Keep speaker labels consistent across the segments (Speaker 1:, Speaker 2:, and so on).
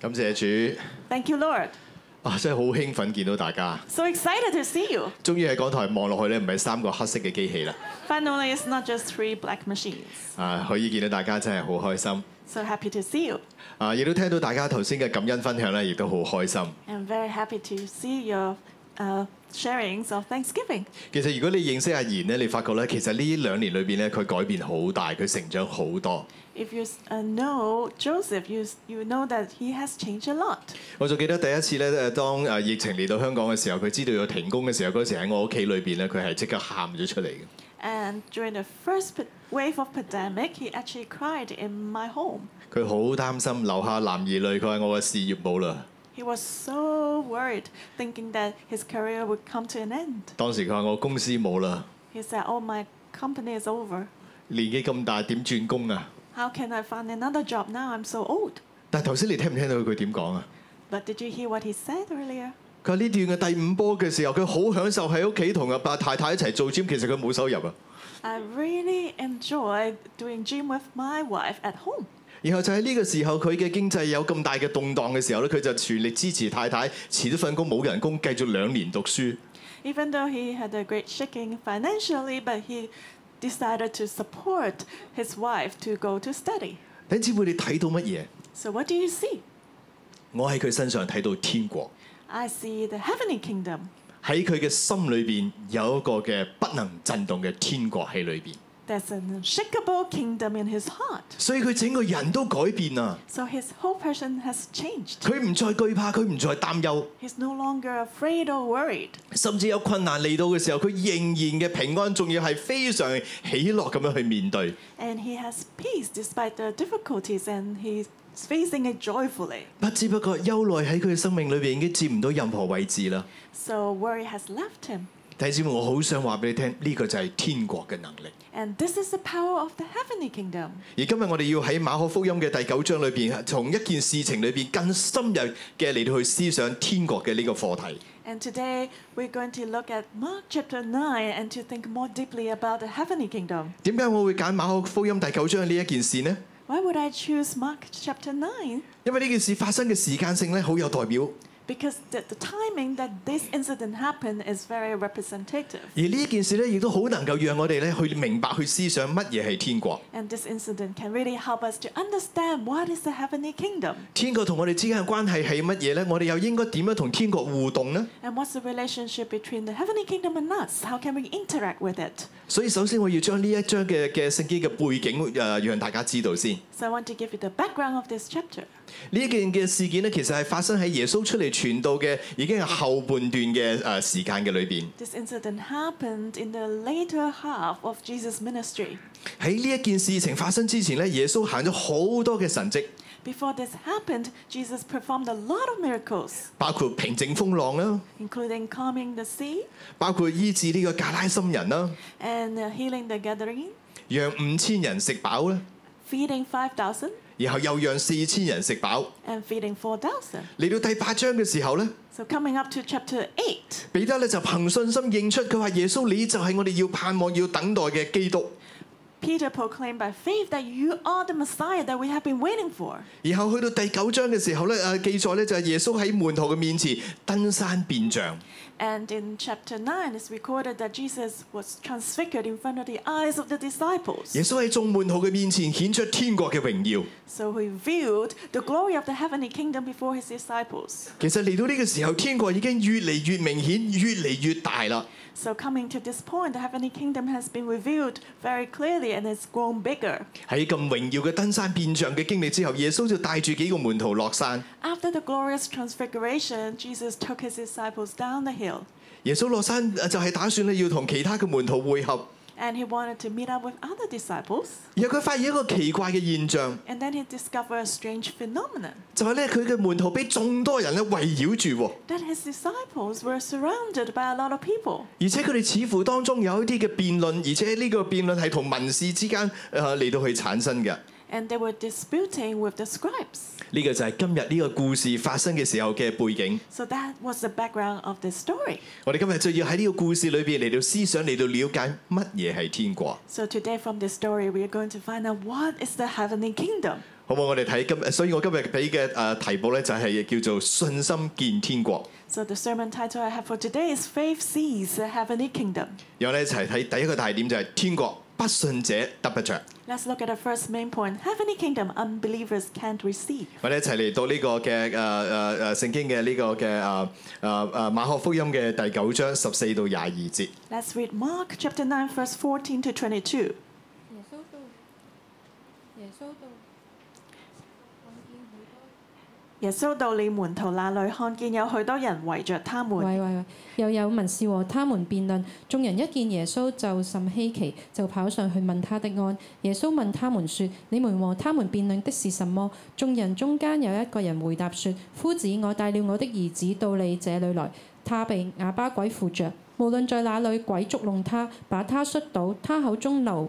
Speaker 1: 感謝主，
Speaker 2: Thank you, Lord.
Speaker 1: 啊真係好興奮見到大家，
Speaker 2: So excited to see you.
Speaker 1: 終於喺港台望落去咧，唔係三個黑色嘅機器啦，
Speaker 2: Finally, it's not just three black machines.
Speaker 1: 啊可以見到大家真係好開心，
Speaker 2: So happy to see you.
Speaker 1: 啊亦都聽到大家頭先嘅感恩分享咧，亦都好開心。
Speaker 2: And very happy to see your uh, sharings of Thanksgiving.
Speaker 1: 其實如果你認識阿賢咧，你發覺咧，其實呢兩年裏邊咧，佢改變好大，佢成長好多。
Speaker 2: If you uh, know Joseph, you, you know that he has changed a lot.
Speaker 1: 我仲記得第一次咧，誒當誒疫情嚟到香港嘅時候，佢知道要停工嘅時候，嗰時喺我屋企裏邊咧，佢係即刻喊咗出嚟嘅。
Speaker 2: And during the first pa- wave of pandemic, he actually cried in my home.
Speaker 1: 佢好擔心留下男兒淚，佢話我嘅事業冇啦。
Speaker 2: He was so worried, thinking that his career would come to an end.
Speaker 1: 當時佢話我公司冇啦，
Speaker 2: He said, Oh, my company is over.
Speaker 1: 年紀咁大點轉工啊？
Speaker 2: How can I find another job now? I'm so old.
Speaker 1: 但係頭先你聽唔聽到佢點講啊？
Speaker 2: But did you hear what he said earlier?
Speaker 1: 佢話呢段嘅第五波嘅時候，佢好享受喺屋企同阿伯太太一齊做 gym，其實佢冇收入啊。
Speaker 2: I really enjoy doing gym with my wife at home.
Speaker 1: 然後就喺呢個時候，佢嘅經濟有咁大嘅動盪嘅時候咧，佢就全力支持太太辭咗份工冇人工，繼續兩年讀書。
Speaker 2: Even though he had a great shaking financially, but he decided to support his wife to go to study.
Speaker 1: 你知唔知你睇到乜嘢？
Speaker 2: So what do you see?
Speaker 1: 我喺佢身上睇到天國，
Speaker 2: I see the heavenly kingdom.
Speaker 1: 喺佢嘅心裏邊有一個嘅不能震動嘅天國喺裏邊，
Speaker 2: There's an unshakable kingdom in his heart.
Speaker 1: 所以佢整個人都改變啊！
Speaker 2: So his whole person has changed.
Speaker 1: 佢唔再懼怕，佢唔再擔憂，
Speaker 2: He's no longer afraid or worried.
Speaker 1: 甚至有困難嚟到嘅時候，佢仍然嘅平安，仲要係非常喜樂咁樣去面對。
Speaker 2: And he has peace despite the difficulties and he's facing it joyfully.
Speaker 1: 不知不覺憂慮喺佢嘅生命裏邊已經佔唔到任何位置啦。
Speaker 2: So worry has left him.
Speaker 1: 弟兄姊妹，我好想話俾你聽，呢、個就係天國嘅能力。
Speaker 2: And this is the power of the heavenly kingdom.
Speaker 1: 而今日我哋要喺馬可福音嘅第九章裏邊，從一件事情裏邊更深入嘅嚟到去思想天國嘅呢個課題。
Speaker 2: And today we're going to look at Mark chapter 9 and to think more deeply about the heavenly kingdom.
Speaker 1: 點解我會揀馬可福音第九章呢一件事呢？
Speaker 2: Why would I choose Mark chapter 9?
Speaker 1: 因為呢件事發生嘅時間性咧好有代表，
Speaker 2: Because the, the timing that this incident happened is very representative.
Speaker 1: 而呢件事咧亦都好能夠讓我哋咧去明白去思想乜嘢係天國。
Speaker 2: And this incident can really help us to understand what is the heavenly kingdom
Speaker 1: 天國同我哋之間嘅關係係乜嘢呢？我哋又應該點樣同天國互動呢？
Speaker 2: and what's the relationship between the heavenly kingdom and us. How can we interact with it?
Speaker 1: 所以首先我要將呢一章嘅嘅聖經嘅背景誒、呃，讓大家知道先。
Speaker 2: So I want to give you the background of this chapter.
Speaker 1: 呢一件嘅事件咧，其實係發生喺耶穌出嚟傳道嘅已經係後半段嘅誒時間嘅裏邊。
Speaker 2: This incident happened in the later half of Jesus' ministry.
Speaker 1: 喺呢一件事情發生之前咧，耶穌行咗好多嘅神跡，
Speaker 2: Before this happened, Jesus performed a lot of miracles,
Speaker 1: 包括平靜風浪啦，
Speaker 2: including calming the sea
Speaker 1: 包括醫治呢個格拉森人啦，
Speaker 2: and uh, healing the Gadarene,
Speaker 1: 讓五千人食飽啦，
Speaker 2: feeding 5,000
Speaker 1: 然後又讓四千人食飽。
Speaker 2: and feeding 4,000.
Speaker 1: 嚟到第八章嘅時候咧，
Speaker 2: So coming up to chapter 8,
Speaker 1: 彼得咧就憑信心認出，佢話耶穌你就係我哋要盼望要等待嘅基督。
Speaker 2: Peter proclaimed by faith that you are the Messiah that we have been waiting for.
Speaker 1: 然後去到第九章嘅時候咧，誒記載咧就係耶穌喺門徒嘅面前登山變像。
Speaker 2: And in chapter 9, it's recorded that Jesus was transfigured in front of the eyes of the disciples.
Speaker 1: 耶穌喺眾門徒嘅面前顯出天國嘅榮耀。
Speaker 2: So he revealed the glory of the heavenly kingdom before his disciples.
Speaker 1: 其實嚟到呢個時候，天國已經越嚟越明顯，越嚟越大啦。
Speaker 2: So coming to this point, the heavenly kingdom has been revealed very clearly and it's grown bigger.
Speaker 1: 喺咁榮耀嘅登山變像嘅經歷之後，耶穌就帶住幾個門徒落山。
Speaker 2: After the glorious transfiguration, Jesus took his disciples down the hill
Speaker 1: 耶穌落山呃就係打算咧要同其他嘅門徒會合。
Speaker 2: and he wanted to meet up with other disciples.
Speaker 1: 然後佢發現一個奇怪嘅現象，
Speaker 2: And then he discovered a strange phenomenon
Speaker 1: 就係咧佢嘅門徒俾眾多人咧圍繞住喎，
Speaker 2: that his disciples were surrounded by a lot of people.
Speaker 1: 而且佢哋似乎當中有一啲嘅辯論，而且呢個辯論係同文士之間誒嚟到去產生嘅。
Speaker 2: And they were disputing with the scribes.
Speaker 1: 呢個就係今日呢個故事發生嘅時候嘅背景。
Speaker 2: So that was the background of this story.
Speaker 1: 我哋今日就要喺呢個故事裏邊嚟到思想，嚟到了解乜嘢係天國。
Speaker 2: So today from this story we are going to find out what is the heavenly kingdom.
Speaker 1: 好冇？我哋睇今，所以我今日俾嘅誒題目咧就係叫做信心見天國。
Speaker 2: So the sermon title I have for today is Faith Sees the Heavenly Kingdom.
Speaker 1: 然後咧一齊睇第一個大點就係天國不信者得不着。
Speaker 2: Let's look at our first main point. Heavenly kingdom unbelievers can't receive.
Speaker 1: 我哋一齊嚟到呢個嘅誒誒誒聖經嘅呢個嘅誒誒誒馬可福音嘅第九章十四到廿二節。
Speaker 2: Let's read Mark chapter 9 verse 14 to 22.
Speaker 3: 耶穌到，耶穌到，看見許多。
Speaker 2: 耶穌到你門徒那裏，看見有許多人圍着他們，
Speaker 3: 喂喂喂！又有文士和他們辯論，眾人一見耶穌就甚稀奇，就跑上去問他的安。耶穌問他們說：你們和他們辯論的是什麼？眾人中間有一個人回答說：夫子，我帶了我的兒子到你這裏來，他被啞巴鬼附着，無論在哪裏，鬼捉弄他，把他摔倒，他口中流。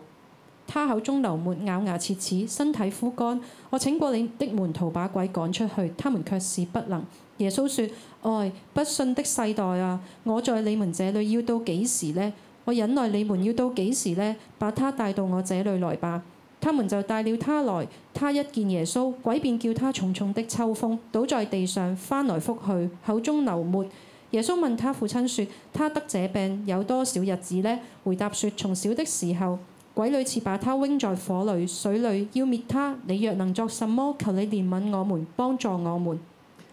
Speaker 3: 他口中流沫，咬牙切齒，身體枯乾。我請過你的門徒把鬼趕出去，他們卻是不能。耶穌說：唉，不信的世代啊，我在你們這裏要到幾時呢？我忍耐你們要到幾時呢？把他帶到我這裏來吧。他們就帶了他來，他一見耶穌，鬼便叫他重重的抽風，倒在地上，翻來覆去，口中流沫。耶穌問他父親說：他得這病有多少日子呢？回答說：從小的時候，鬼屢次把他扔在火裏、水裏，要滅他。你若能作什麼，求你憐憫我們，幫助我們。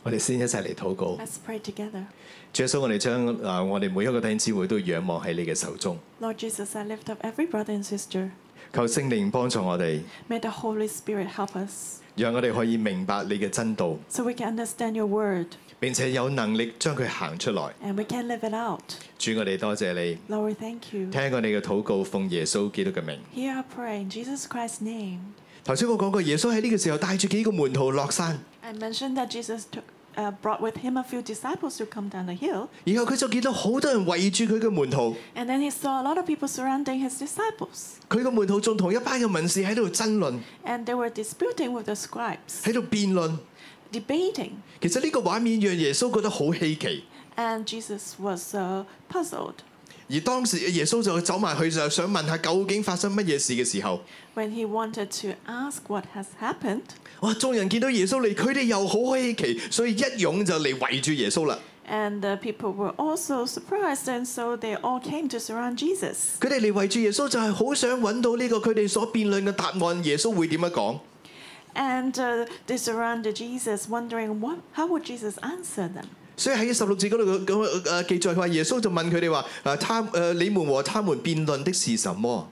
Speaker 1: 我哋先一齊嚟禱告。
Speaker 2: Let's pray together.
Speaker 1: 主耶穌，我哋將誒我哋每一個弟兄姊妹都仰望喺你嘅手中，
Speaker 2: Lord Jesus, I lift up every brother and sister.
Speaker 1: 求聖靈幫助我哋，
Speaker 2: May the Holy Spirit help us
Speaker 1: 讓我哋可以明白你嘅真道，
Speaker 2: so we can understand your word
Speaker 1: 並且有能力將佢行出來。
Speaker 2: and we can live it out.
Speaker 1: 主，我哋多謝你，
Speaker 2: Lord, we thank you.
Speaker 1: 聽我哋嘅禱告，奉耶穌基督嘅名。
Speaker 2: Hear our prayer in Jesus Christ's name.
Speaker 1: 頭先我講過，耶穌喺呢個時候帶住幾個門徒落山，
Speaker 2: I mentioned that Jesus took, uh, brought with him a few disciples to come down the hill,
Speaker 1: 然後佢就見到好多人圍住佢嘅門徒，
Speaker 2: and then he saw a lot of people surrounding his disciples,
Speaker 1: 佢嘅門徒仲同一班嘅文士喺度爭論，
Speaker 2: and they were disputing with the scribes,
Speaker 1: 喺度辯論。
Speaker 2: debating,
Speaker 1: 其實呢個畫面讓耶穌覺得好稀奇，
Speaker 2: and Jesus was uh, puzzled.
Speaker 1: 而當時耶穌就走埋去就想問下究竟發生乜嘢事嘅時候。
Speaker 2: When he wanted to ask what has happened,
Speaker 1: 哇！眾人見到耶穌嚟，佢哋又好稀奇，所以一擁就嚟圍住耶穌啦。
Speaker 2: and the people were also surprised, and so they all came to surround Jesus.
Speaker 1: 佢哋嚟圍住耶穌就係好想揾到呢個佢哋所辯論嘅答案，耶穌會點樣講？
Speaker 2: And uh, they surrounded Jesus, wondering what, how would Jesus answer them.
Speaker 1: 所以喺十六節嗰度咁誒記載，佢話耶穌就問佢哋話：誒他誒你們和他們辯論的是什麼？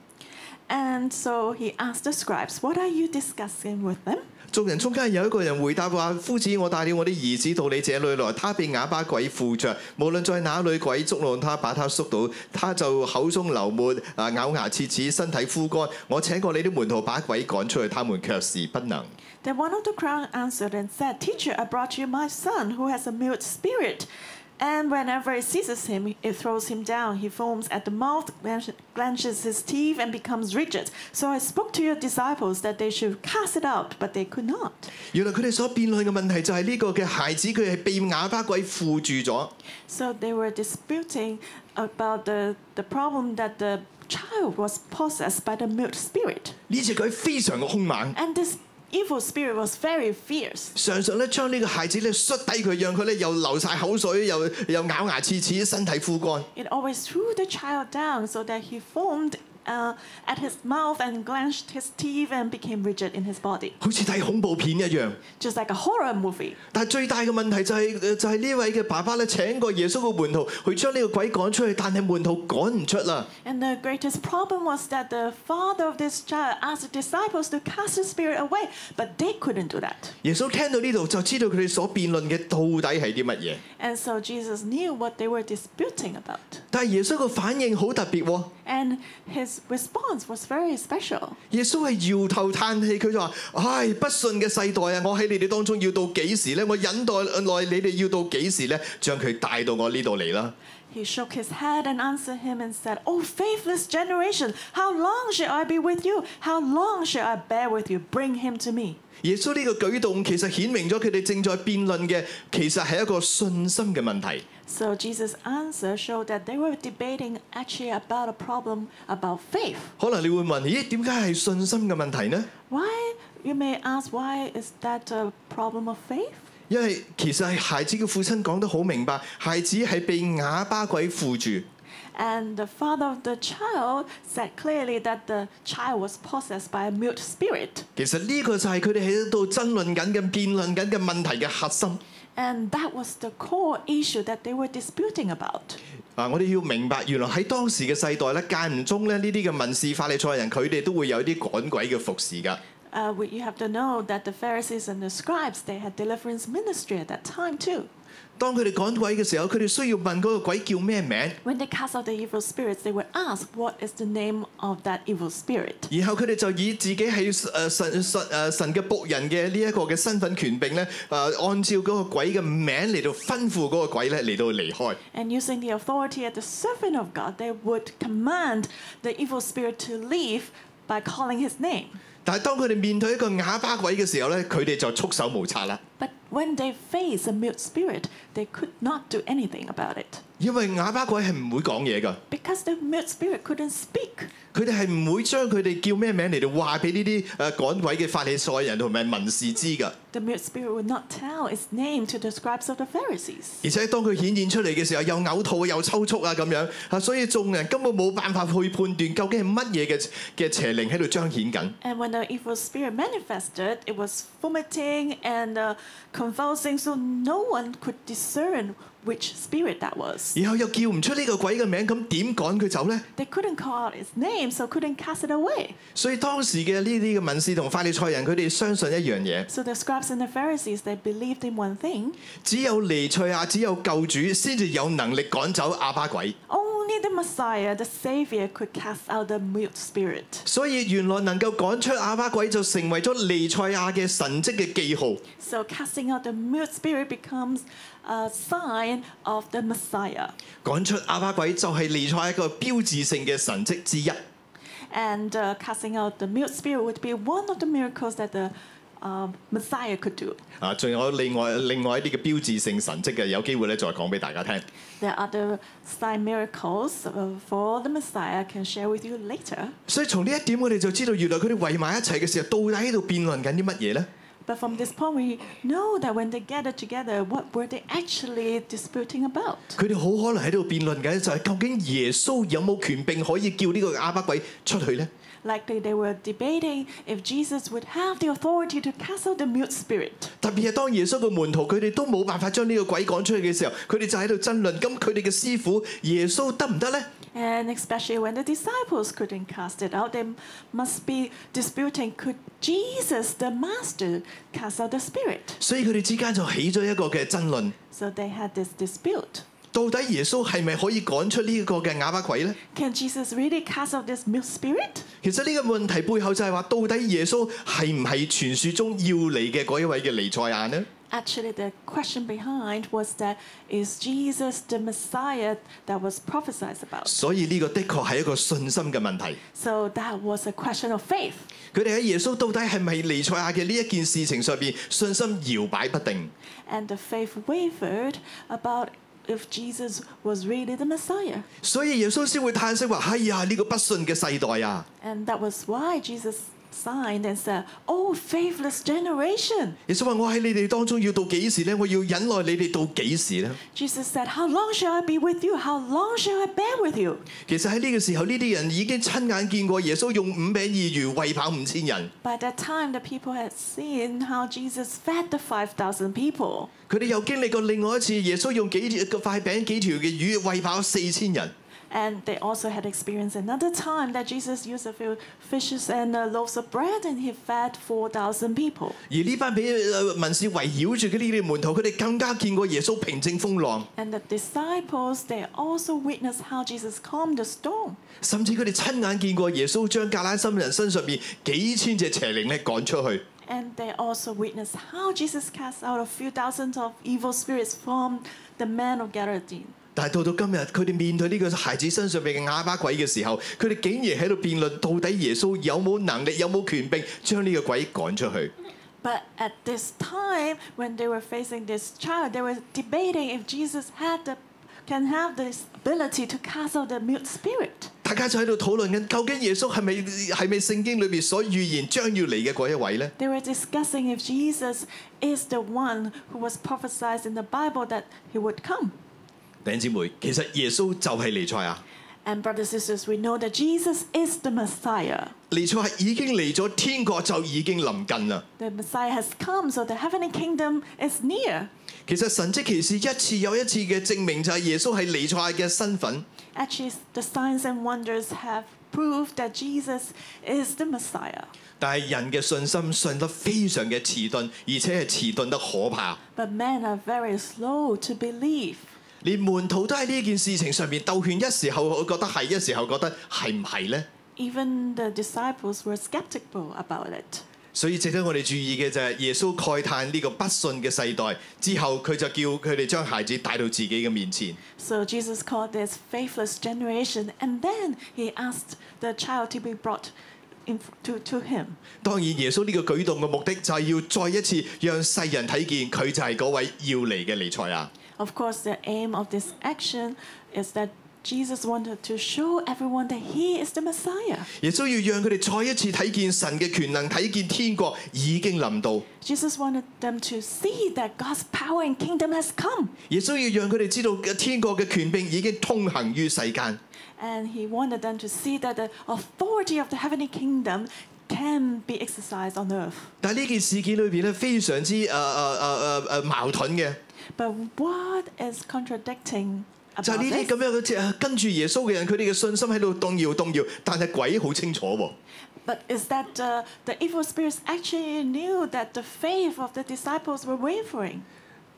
Speaker 2: And so he asked the scribes, What are you discussing with them?
Speaker 1: 眾人中間有一個人回答話：夫子，我帶了我的兒子到你這裏來，他被啞巴鬼附着，無論在哪裏，鬼捉弄他，把他縮到，他就口中流沫，啊咬牙切齒，身體枯乾。我請過你的門徒把鬼趕出去，他們卻是不能。
Speaker 2: Then one of the crowd answered and said, Teacher, I brought you my son who has a mute spirit. And whenever it seizes him, it throws him down. He foams at the mouth, glen- clenches his teeth, and becomes rigid. So I spoke to your disciples that they should cast it out, but they could not.
Speaker 1: 原來佢哋所辯論嘅問題就係呢個嘅孩子佢係被啞巴鬼附住咗，
Speaker 2: So they were disputing about the, the problem that the child was possessed by the mute spirit.
Speaker 1: 呢隻鬼非常嘅兇猛，
Speaker 2: And this evil spirit was very fierce.
Speaker 1: 常常咧將呢個孩子咧摔低佢，讓佢咧又流晒口水，又又咬牙切齒，身體枯乾。
Speaker 2: It always threw the child down so that he foamed uh, at his mouth and clenched his teeth and became rigid in his body,
Speaker 1: 好似睇恐怖片一樣，
Speaker 2: just like a horror movie.
Speaker 1: 但係最大嘅問題就係、誒就係、呢位嘅爸爸咧請過耶穌嘅門徒去將呢個鬼趕出去，但係門徒趕唔出啦。
Speaker 2: And the greatest problem was that the father of this child asked the disciples to cast the spirit away, but they couldn't do that.
Speaker 1: 耶穌聽到呢度就知道佢哋所辯論嘅到底係啲乜嘢，
Speaker 2: And so Jesus knew what they were disputing about.
Speaker 1: 但係耶穌個反應好特別喎、
Speaker 2: And his response was very special.
Speaker 1: 耶穌係搖頭嘆氣，佢就話：唉，不信嘅世代啊，我喺你哋當中要到幾時呢？我忍耐耐你哋要到幾時呢？將佢帶到我呢度嚟啦！
Speaker 2: He shook his head and answered him and said, O faithless generation, how long shall I be with you? How long shall I bear with you? Bring him to me.
Speaker 1: 耶穌呢個舉動其實顯明咗佢哋正在辯論嘅，其實係一個信心嘅問題。
Speaker 2: So Jesus' answer showed that they were debating actually about a problem about faith.
Speaker 1: 可能你會問：咦，點解係信心嘅問題呢？
Speaker 2: Why You may ask why is that a problem of faith?
Speaker 1: 因為其實係孩子嘅父親講得好明白，孩子係被啞巴鬼附住，
Speaker 2: And the father of the child said clearly that the child was possessed by a mute spirit.
Speaker 1: 其實呢個就係佢哋喺度爭論緊嘅、辯論緊嘅問題嘅核心。
Speaker 2: And that was the core issue that they were disputing about.
Speaker 1: 啊！我哋要明白，原來喺當時嘅世代咧，間唔中咧呢啲嘅民事法利賽人，佢哋都會有啲趕鬼嘅服侍㗎。
Speaker 2: Uh, we- you have to know that the Pharisees and the scribes, they had deliverance ministry at that time too.
Speaker 1: 當佢哋趕鬼嘅時候，佢哋需要問嗰個鬼叫咩名，
Speaker 2: When they cast out the evil spirits, they were asked, what is the name of that evil spirit?
Speaker 1: 然後佢哋就以自己係誒神神誒神嘅仆人嘅呢一個嘅身份權柄咧，誒按照嗰個鬼嘅名嚟到吩咐嗰個鬼咧嚟到離開。
Speaker 2: And using the authority at the servant of God, they would command the evil spirit to leave by calling his name.
Speaker 1: 但係當佢哋面對一個啞巴鬼嘅時候咧，佢哋就束手無策啦，
Speaker 2: But when they faced a mute spirit, they could not do anything about it
Speaker 1: 因為啞巴鬼係唔會講嘢㗎，
Speaker 2: because the mute spirit couldn't speak.
Speaker 1: 佢哋係唔會將佢哋叫咩名嚟到話俾呢啲誒趕鬼嘅法利賽人同埋文士知㗎。
Speaker 2: The mute spirit would not tell its name to the scribes of the Pharisees.
Speaker 1: 而且當佢顯現出嚟嘅時候，又嘔吐啊又抽搐啊咁樣啊，所以眾人根本冇辦法去判斷究竟係乜嘢嘅嘅邪靈喺度彰顯緊。
Speaker 2: And when the evil spirit manifested, it was vomiting and uh, convulsing, so no one could discern which spirit that was.
Speaker 1: 然後又叫唔出呢個鬼嘅名，咁點趕佢走呢？
Speaker 2: They couldn't call out its name, so couldn't cast it away.
Speaker 1: 所以當時嘅呢啲嘅文士同法利賽人，佢哋相信一樣嘢，
Speaker 2: So the scribes and the Pharisees, they believed in one thing
Speaker 1: 只有彌賽亞，只有救主先至有能力趕走亞巴鬼。
Speaker 2: only the Messiah, the Savior, could cast out the mute spirit.
Speaker 1: 所以原來能夠趕出亞巴鬼，就成為咗彌賽亞嘅神蹟嘅記號。
Speaker 2: So casting out the mute spirit becomes a sign of the Messiah.
Speaker 1: 趕出亞巴鬼就係彌賽亞一個標誌性嘅神蹟之一。
Speaker 2: And uh, casting out the mute spirit would be one of the miracles that the um, Messiah could do.
Speaker 1: 啊，仲有另外另外一啲嘅標誌性神蹟嘅，有機會咧再講俾大家聽。
Speaker 2: There are other sign miracles uh, for the Messiah I can share with you later.
Speaker 1: 所以從呢一點，我哋就知道原來佢哋圍埋一齊嘅時候，到底喺度辯論緊啲乜嘢呢？
Speaker 2: But from this point, we know that when they gathered together, what were they actually disputing about?
Speaker 1: 佢哋好可能喺度辯論緊就係究竟耶穌有冇權柄可以叫呢個啞巴鬼出去呢？
Speaker 2: Likely, they were debating if Jesus would have the authority to cast out the mute spirit.
Speaker 1: 特別係當耶穌嘅門徒佢哋都冇辦法將呢個鬼趕出去嘅時候，佢哋就喺度爭論，咁佢哋嘅師傅耶穌得唔得呢？
Speaker 2: And especially when the disciples couldn't cast it out, they must be disputing could Jesus, the Master, cast out the spirit?
Speaker 1: 所以佢哋之間就起咗一個嘅爭論，
Speaker 2: So they had this dispute.
Speaker 1: 到底耶穌係咪可以趕出呢個嘅啞巴鬼呢？
Speaker 2: Can Jesus really cast out this mute spirit?
Speaker 1: 其實呢個問題背後就係話，到底耶穌係唔係傳説中要嚟嘅嗰一位嘅彌賽亞呢？
Speaker 2: Actually, the question behind was that is Jesus the Messiah that was prophesied about?
Speaker 1: 所以呢個的確係一個信心嘅問題。
Speaker 2: So that was a question of faith.
Speaker 1: 佢哋喺耶穌到底係咪彌賽亞嘅呢一件事情上邊，信心搖擺不定。
Speaker 2: And the faith wavered about if Jesus was really the Messiah.
Speaker 1: 所以耶穌先會嘆息話：哎呀，呢、個不信嘅世代啊！
Speaker 2: And that was why Jesus signed and said, Oh, faithless generation!
Speaker 1: 耶穌話：我喺你哋當中要到幾時呢？我要忍耐你哋到幾時呢？
Speaker 2: Jesus said, How long shall I be with you? How long shall I bear with you?
Speaker 1: 其實喺呢個時候，呢啲人已經親眼見過耶穌用五餅二魚餵飽五千人，
Speaker 2: By that time, the people had seen how Jesus fed the 5,000 people.
Speaker 1: 佢哋又經歷過另外一次耶穌用幾條塊餅幾條嘅魚餵飽四千人。
Speaker 2: And they also had experienced another time that Jesus used a few fishes and uh, loaves of bread and he fed 4,000 people.
Speaker 1: 而呢班俾呃文士圍繞住嘅呢啲門徒，佢哋更加見過耶穌平靜風浪，
Speaker 2: And the disciples, they also witnessed how Jesus calmed the storm.
Speaker 1: 甚至佢哋親眼見過耶穌將格拉森人身上邊幾千隻邪靈咧趕出去。
Speaker 2: And they also witnessed how Jesus cast out a few thousands of evil spirits from the man of Gadarene.
Speaker 1: 但係到到今日，佢哋面對呢個孩子身上邊嘅啞巴鬼嘅時候，佢哋竟然喺度辯論到底耶穌有冇能力、有冇權柄將呢個鬼趕出去。
Speaker 2: But at this time, when they were facing this child, they were debating if Jesus had the, can have this ability to cast out the mute spirit.
Speaker 1: 大家就喺度討論緊，究竟耶穌係咪係咪聖經裏邊所預言將要嚟嘅嗰一位呢？
Speaker 2: They were discussing if Jesus is the one who was prophesied in the Bible that he would come.
Speaker 1: 弟兄姊妹，其實耶穌就係彌賽亞，
Speaker 2: And brothers and sisters, we know that Jesus is the Messiah.
Speaker 1: 彌賽亞已經嚟咗，天國就已經臨近啦。
Speaker 2: The Messiah has come, so the heavenly kingdom is near.
Speaker 1: 其實神蹟奇事一次又一次嘅證明就係耶穌係彌賽亞嘅身份。
Speaker 2: Actually, the signs and wonders have proved that Jesus is the Messiah.
Speaker 1: 但係人嘅信心信得非常嘅遲鈍，而且係遲鈍得可怕。
Speaker 2: But men are very slow to believe.
Speaker 1: 連門徒都喺呢件事情上面鬥勸，一時候我覺得係，一時候覺得係唔係呢？
Speaker 2: Even the disciples were skeptical about it.
Speaker 1: 所以值得我哋注意嘅就係耶穌慨嘆呢個不信嘅世代之後，佢就叫佢哋將孩子帶到自己嘅面前。
Speaker 2: So Jesus called this faithless generation, and then he asked the child to be brought in, to, to him.
Speaker 1: 當然，耶穌呢個舉動嘅目的就係要再一次讓世人睇見佢就係嗰位要嚟嘅彌賽亞。
Speaker 2: Of course, the aim of this action is that Jesus wanted to show everyone that he is the Messiah.
Speaker 1: 耶穌要讓佢哋再一次睇見神嘅權能，睇見天國已經臨到。
Speaker 2: Jesus wanted them to see that God's power and kingdom has come,
Speaker 1: 耶穌要讓佢哋知道嘅天國嘅權柄已經通行於世間。
Speaker 2: and he wanted them to see that the authority of the heavenly kingdom can be exercised on earth.
Speaker 1: 但係呢件事件裏邊咧，非常之誒誒呃誒誒誒呃矛盾嘅，
Speaker 2: But what is contradicting
Speaker 1: 就係
Speaker 2: about
Speaker 1: 呢啲
Speaker 2: this?
Speaker 1: 咁樣嘅即係跟住耶穌嘅人，佢哋嘅信心喺度動搖動搖，但係鬼好清楚喎。
Speaker 2: But is that uh, the evil spirits actually knew that the faith of the disciples were wavering?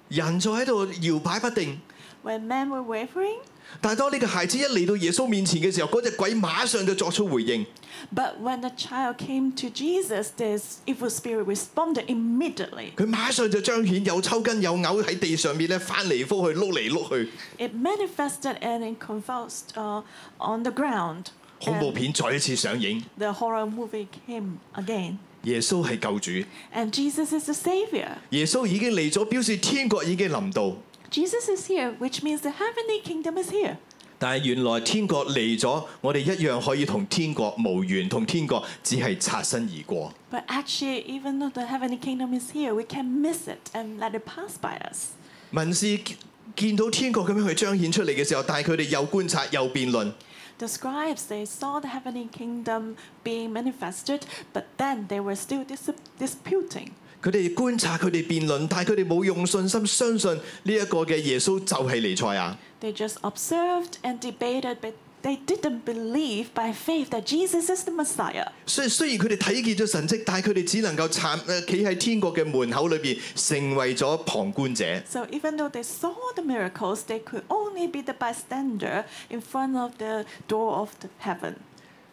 Speaker 1: 人就喺度搖擺不定，
Speaker 2: When men were wavering,
Speaker 1: 但係當呢個孩子一嚟到耶穌面前嘅時候，嗰只鬼馬上就作出回應。
Speaker 2: but when the child came to Jesus, this evil spirit responded immediately.
Speaker 1: 佢馬上就彰顯有抽筋有嘔喺地上面咧，翻嚟覆去碌嚟碌去，
Speaker 2: It manifested and it convulsed uh, on the ground.
Speaker 1: 恐怖
Speaker 2: And
Speaker 1: 片再一次上映。
Speaker 2: the horror movie came again.
Speaker 1: 耶穌係救主，
Speaker 2: And Jesus is the Savior.
Speaker 1: 耶穌已經嚟咗，表示天國已經臨到。
Speaker 2: Jesus is here, which means the heavenly kingdom is here.
Speaker 1: 但係原來天國嚟咗，我哋一樣可以同天國無緣，同天國只係擦身而過。
Speaker 2: But actually, even though the heavenly kingdom is here, we can miss it and let it pass by us.
Speaker 1: 文士見見到天國咁樣去彰顯出嚟嘅時候，但係佢哋又觀察又辯論，
Speaker 2: The scribes, they saw the heavenly kingdom being manifested, but then they were still dis- disputing.
Speaker 1: 佢哋觀察佢哋辯論，但係佢哋冇用信心相信呢一個嘅耶穌就係彌賽亞。
Speaker 2: They just observed and debated, but they didn't believe by faith that Jesus is the Messiah.
Speaker 1: 雖雖然佢哋睇見咗神跡，但係佢哋只能夠站誒企喺天國嘅門口裏邊，成為咗旁觀者。
Speaker 2: So even though they saw the miracles, they could only be the bystander in front of the door of the heaven.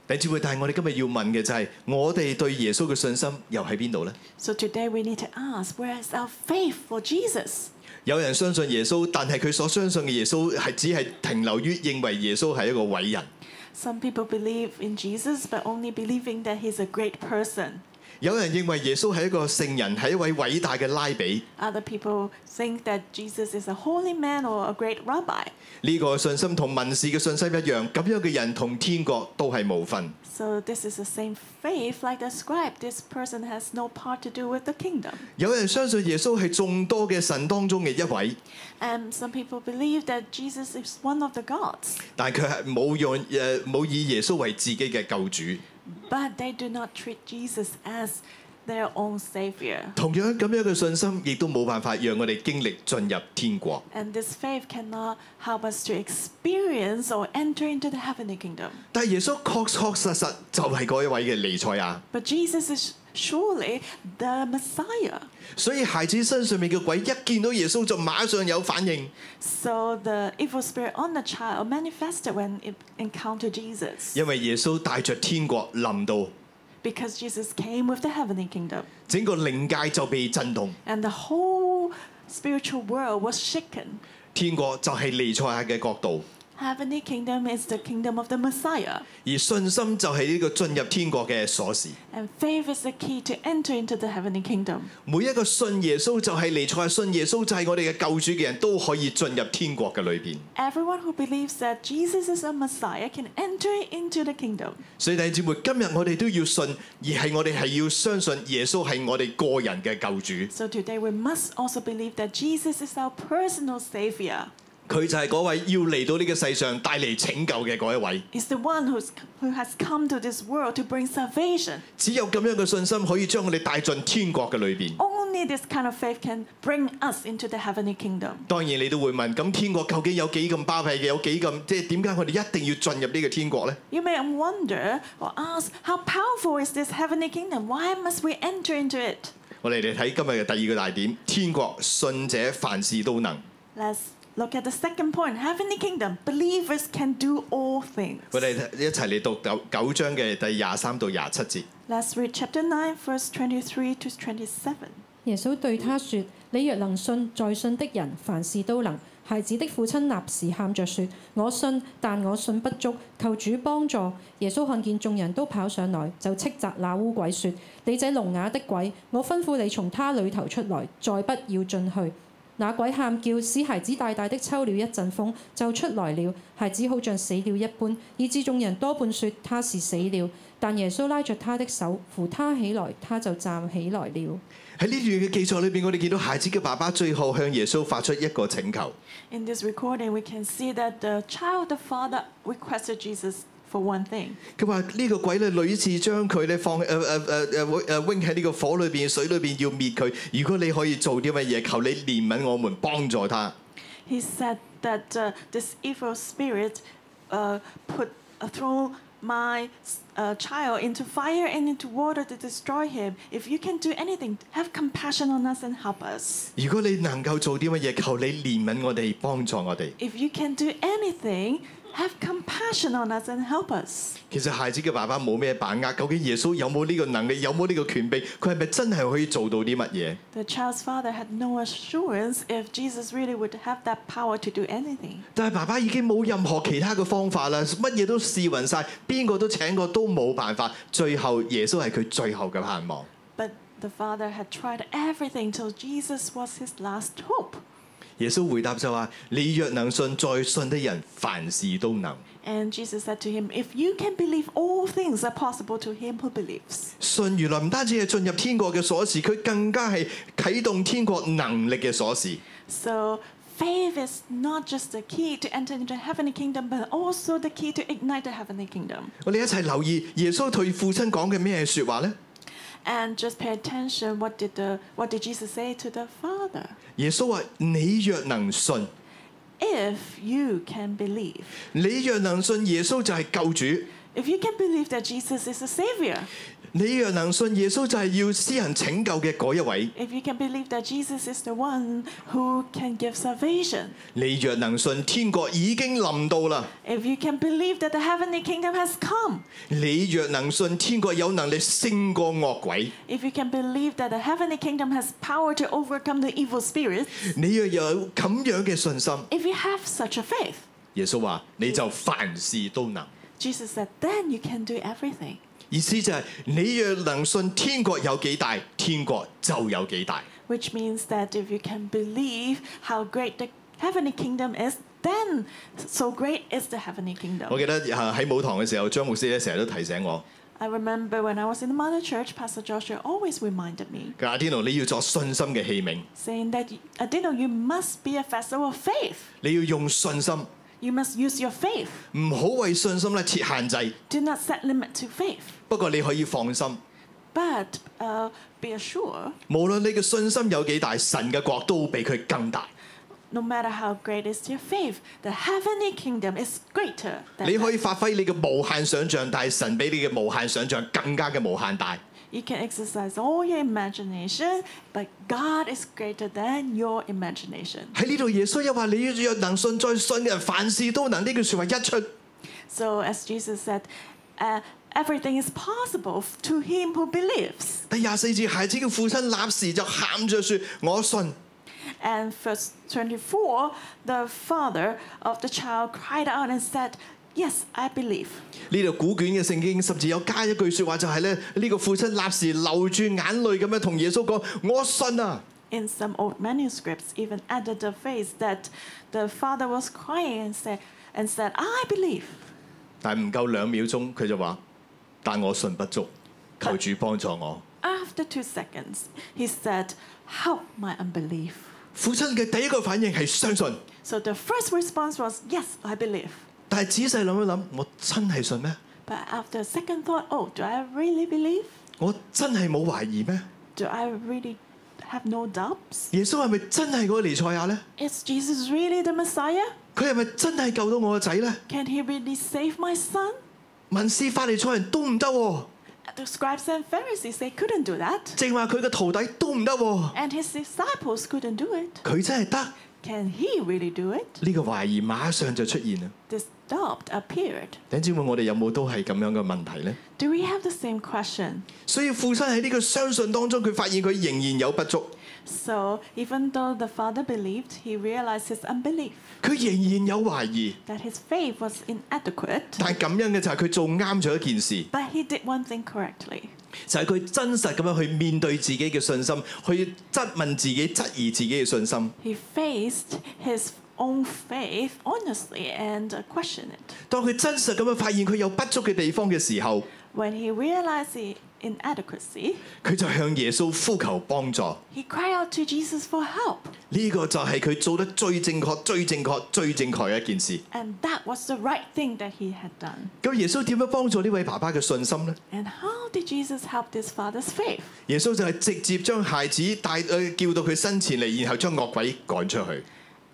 Speaker 1: 弟兄姊妹，但係我哋今日要問嘅就係、我哋對耶穌嘅信心又喺邊度呢？
Speaker 2: So today we need to ask, where is our faith for Jesus?
Speaker 1: 有人相信耶穌，但係佢所相信嘅耶穌係只係停留於認為耶穌係一個偉人。
Speaker 2: Some people believe in Jesus, but only believing that he's a great person.
Speaker 1: 有人認為耶穌係一個聖人，係一位偉大嘅拉比。
Speaker 2: Other people think that Jesus is a holy man or a great rabbi.
Speaker 1: 呢、個信心同文士嘅信心一樣，咁樣嘅人同天國都係無份。
Speaker 2: So this is the same faith like the scribe. This person has no part to do with the kingdom.
Speaker 1: 有人相信耶穌係眾多嘅神當中嘅一位，
Speaker 2: And some people believe that Jesus is one of the gods,
Speaker 1: 但係佢係冇用誒冇以耶穌為自己嘅救主。
Speaker 2: but they do not treat Jesus as their own savior.
Speaker 1: 同樣咁樣嘅信心，亦都冇辦法讓我哋經歷進入天國。
Speaker 2: And this faith cannot help us to experience or enter into the heavenly kingdom.
Speaker 1: 但係耶穌確確實實就係嗰一位嘅彌賽亞。
Speaker 2: But Jesus is surely the Messiah.
Speaker 1: 所以孩子身上面嘅鬼一見到耶穌就馬上有反應，
Speaker 2: So the evil spirit on the child manifested when it encountered Jesus
Speaker 1: 因為耶穌帶着天國臨到，
Speaker 2: because Jesus came with the heavenly kingdom
Speaker 1: 整個靈界就被震動。
Speaker 2: and the whole spiritual world was shaken.
Speaker 1: 天國就係尼賽亞嘅國度，
Speaker 2: Heavenly kingdom is the kingdom of the Messiah,
Speaker 1: 而信心就係呢個進入天國嘅鎖匙。
Speaker 2: and faith is the key to enter into the heavenly kingdom.
Speaker 1: 每一個信耶穌就係彌賽亞，信耶穌就係我哋嘅救主嘅人都可以進入天國嘅裏邊。
Speaker 2: Everyone who believes that Jesus is a Messiah can enter into the kingdom.
Speaker 1: 所以弟兄姊妹，今日我哋都要信，而係我哋係要相信耶穌係我哋個人嘅救主，
Speaker 2: So today we must also believe that Jesus is our personal savior.
Speaker 1: 佢就係嗰位要嚟到呢個世上帶嚟拯救嘅嗰一位。
Speaker 2: He's the one who's, who has come to this world to bring salvation.
Speaker 1: 只有咁樣嘅信心，可以將我哋帶進天國嘅裏邊。
Speaker 2: Only this kind of faith can bring us into the heavenly kingdom.
Speaker 1: 當然你都會問，咁天國究竟有幾咁巴閉嘅？有幾咁即係點解我哋一定要進入呢個天國呢？
Speaker 2: You may wonder or ask, how powerful is this heavenly kingdom? Why must we enter into it?
Speaker 1: 我哋嚟睇今日嘅第二個大點：天國信者凡事都能。
Speaker 2: Let's look at the second point heavenly kingdom. Believers can do all things.
Speaker 1: 我哋一齊嚟讀九九章嘅第廿三到廿七節。
Speaker 2: Let's read chapter 9, verse 23 to 27.
Speaker 3: 耶穌對他說：你若能信，在信的人凡事都能。孩子的父親立時喊着說：我信，但我信不足，求主幫助。耶穌看見眾人都跑上來，就斥責那污鬼說：你這聾啞的鬼，我吩咐你從他裏頭出來，再不要進去。那鬼喊叫，使孩子大大的抽了一陣風，就出來了。孩子好像死了一般，以致眾人多半說他是死了。但耶穌拉着他的手，扶他起來，他就站起來了。
Speaker 1: 喺呢段嘅記載裏邊，我哋見到孩子嘅爸爸最後向耶穌發出一個請求，
Speaker 2: In this recording, we can see that the child, the father, requested Jesus for one thing.
Speaker 1: 佢話呢個鬼咧屢次將佢咧放誒誒誒誒誒扔喺呢個火裏邊、水裏邊要滅佢。如果你可以做啲乜嘢，求你憐憫我們，幫助他。
Speaker 2: He said that uh, this evil spirit uh, put uh, throw my uh, child into fire and into water to destroy him. If you can do anything, have compassion on us and help us.
Speaker 1: 如果你能夠做啲乜嘢，求你憐憫我哋，幫助我哋。
Speaker 2: If you can do anything, have compassion on us and help us.
Speaker 1: 其實孩子嘅爸爸冇咩把握，究竟耶穌有冇呢個能力，有冇呢個權柄？佢係咪真係可以做到啲乜嘢？
Speaker 2: The child's father had no assurance if Jesus really would have that power to do anything.
Speaker 1: 但係爸爸已經冇任何其他嘅方法啦，乜嘢都試勻晒，邊個都請過都冇辦法。最後耶穌係佢最後嘅盼望。
Speaker 2: But the father had tried everything till Jesus was his last hope.
Speaker 1: 耶穌回答就話：你若能信，在信的人凡事都能。
Speaker 2: And Jesus said to him, If you can believe, all things are possible to him who believes.
Speaker 1: 信原來唔單止係進入天國嘅鎖匙，佢更加係啟動天國能力嘅鎖匙。
Speaker 2: So faith is not just the key to enter into the heavenly kingdom, but also the key to ignite the heavenly kingdom.
Speaker 1: 我哋一齊留意耶穌對父親講嘅咩説話呢？
Speaker 2: And just pay attention what did the what did Jesus say to the Father?
Speaker 1: 耶穌話：你若能信，
Speaker 2: If you can believe.
Speaker 1: 你若能信，耶穌就係救主；
Speaker 2: If you can believe that Jesus is the Savior,
Speaker 1: 你若能信，耶穌就係要施行拯救嘅嗰一位；
Speaker 2: if you can believe that Jesus is the one who can give salvation,
Speaker 1: 你若能信，天國已經臨到啦；
Speaker 2: if you can believe that the heavenly kingdom has come,
Speaker 1: 你若能信，天國有能力勝過惡鬼；
Speaker 2: If you can believe that the heavenly kingdom has power to overcome the evil spirits,
Speaker 1: 你若有咁樣嘅信心，
Speaker 2: if you have such a faith,
Speaker 1: 耶穌話你就凡事都能。
Speaker 2: Jesus said, then you can do everything.
Speaker 1: 意思就係、你若能信天國有幾大，天國就有幾大。
Speaker 2: Which means that if you can believe how great the heavenly kingdom is, then so great is the heavenly
Speaker 1: 我
Speaker 2: kingdom.
Speaker 1: 記得啊喺舞堂嘅時候，張牧師咧成日都提醒我，
Speaker 2: I remember when I was in the mother church, Pastor Joshua always reminded me,
Speaker 1: 佢話阿天奴你要作信心嘅器皿，
Speaker 2: saying that Adino, you must be a vessel of faith.
Speaker 1: 你要用信心，
Speaker 2: You must use your faith.
Speaker 1: 唔好為信心咧設限制。
Speaker 2: Do not set limit to faith,
Speaker 1: 不過你可以放心，
Speaker 2: but uh, be assured
Speaker 1: 無論你嘅信心有幾大，神嘅國都比佢更大。
Speaker 2: No matter how great is your faith, the heavenly kingdom is greater
Speaker 1: 你
Speaker 2: than
Speaker 1: 可以發揮你嘅無限想像，但係神比你嘅無限想像更加嘅無限大。
Speaker 2: you can exercise all your imagination, but God is greater than your imagination.
Speaker 1: 喺呢度，耶穌又話：你若能信，再信嘅人凡事都能。呢句説話一出，
Speaker 2: So as Jesus said, uh, everything is possible f- to him who believes.
Speaker 1: 第廿四節，孩子嘅父親立時就喊着説：我信。
Speaker 2: And verse 24, the father of the child cried out and said, Yes, I believe.
Speaker 1: 呢度古卷嘅聖經甚至有加一句説話，就係咧呢個父親立時流住眼淚咁樣同耶穌講：我信啊！
Speaker 2: In some old manuscripts, even added the phrase that the father was crying and said, and said I believe.
Speaker 1: 但係唔夠兩秒鐘，佢就話：但我信不足，求主幫助我。
Speaker 2: After two seconds, he said, Help my unbelief.
Speaker 1: 父親嘅第一個反應係相信，
Speaker 2: So the first response was, Yes, I believe.
Speaker 1: 但係仔細諗一諗，我真係信咩？
Speaker 2: But after a second thought, Oh, do I really believe?
Speaker 1: 我真係冇懷疑咩？
Speaker 2: Do I really have no doubts?
Speaker 1: 耶穌係咪真係嗰個尼賽亞呢？
Speaker 2: Is Jesus really the Messiah?
Speaker 1: 佢係咪真係救到我個仔呢？
Speaker 2: Can he really save my son?
Speaker 1: 文士法利賽人都唔得喎，
Speaker 2: The scribes and Pharisees, they couldn't do that.
Speaker 1: 正話佢嘅徒弟都唔得喎，
Speaker 2: And his disciples couldn't do it.
Speaker 1: 佢真係得。
Speaker 2: Can he really do it?
Speaker 1: 呢、個懷疑馬上就出現啦。
Speaker 2: This doubt appeared.
Speaker 1: 頂姊妹，我哋有冇都係咁樣嘅問題呢？
Speaker 2: Do we have the same question?
Speaker 1: 所以父親喺呢個相信當中，佢發現佢仍然有不足，
Speaker 2: So, even though the father believed, he realized his unbelief,
Speaker 1: 佢仍然有懷疑。
Speaker 2: that his faith was inadequate.
Speaker 1: 但係感恩嘅就係佢做啱咗一件事，
Speaker 2: But he did one thing correctly.
Speaker 1: 就係、佢真實咁樣去面對自己嘅信心，去質問自己、質疑自己嘅信心。
Speaker 2: He faced his own faith honestly and uh, questioned it.
Speaker 1: 當佢真實咁樣發現佢有不足嘅地方嘅時候，
Speaker 2: When he realized the inadequacy,
Speaker 1: 佢就向耶穌呼求幫助。
Speaker 2: he cried out to Jesus for help.
Speaker 1: 呢、個就係佢做得最正確、最正確、最正確嘅一件事。
Speaker 2: And that was the right thing that he had done.
Speaker 1: 咁耶穌點樣幫助呢位爸爸嘅信心呢？
Speaker 2: And how did Jesus help this father's faith?
Speaker 1: 耶穌就係直接將孩子帶呃叫到佢身前嚟，然後將惡鬼趕出去。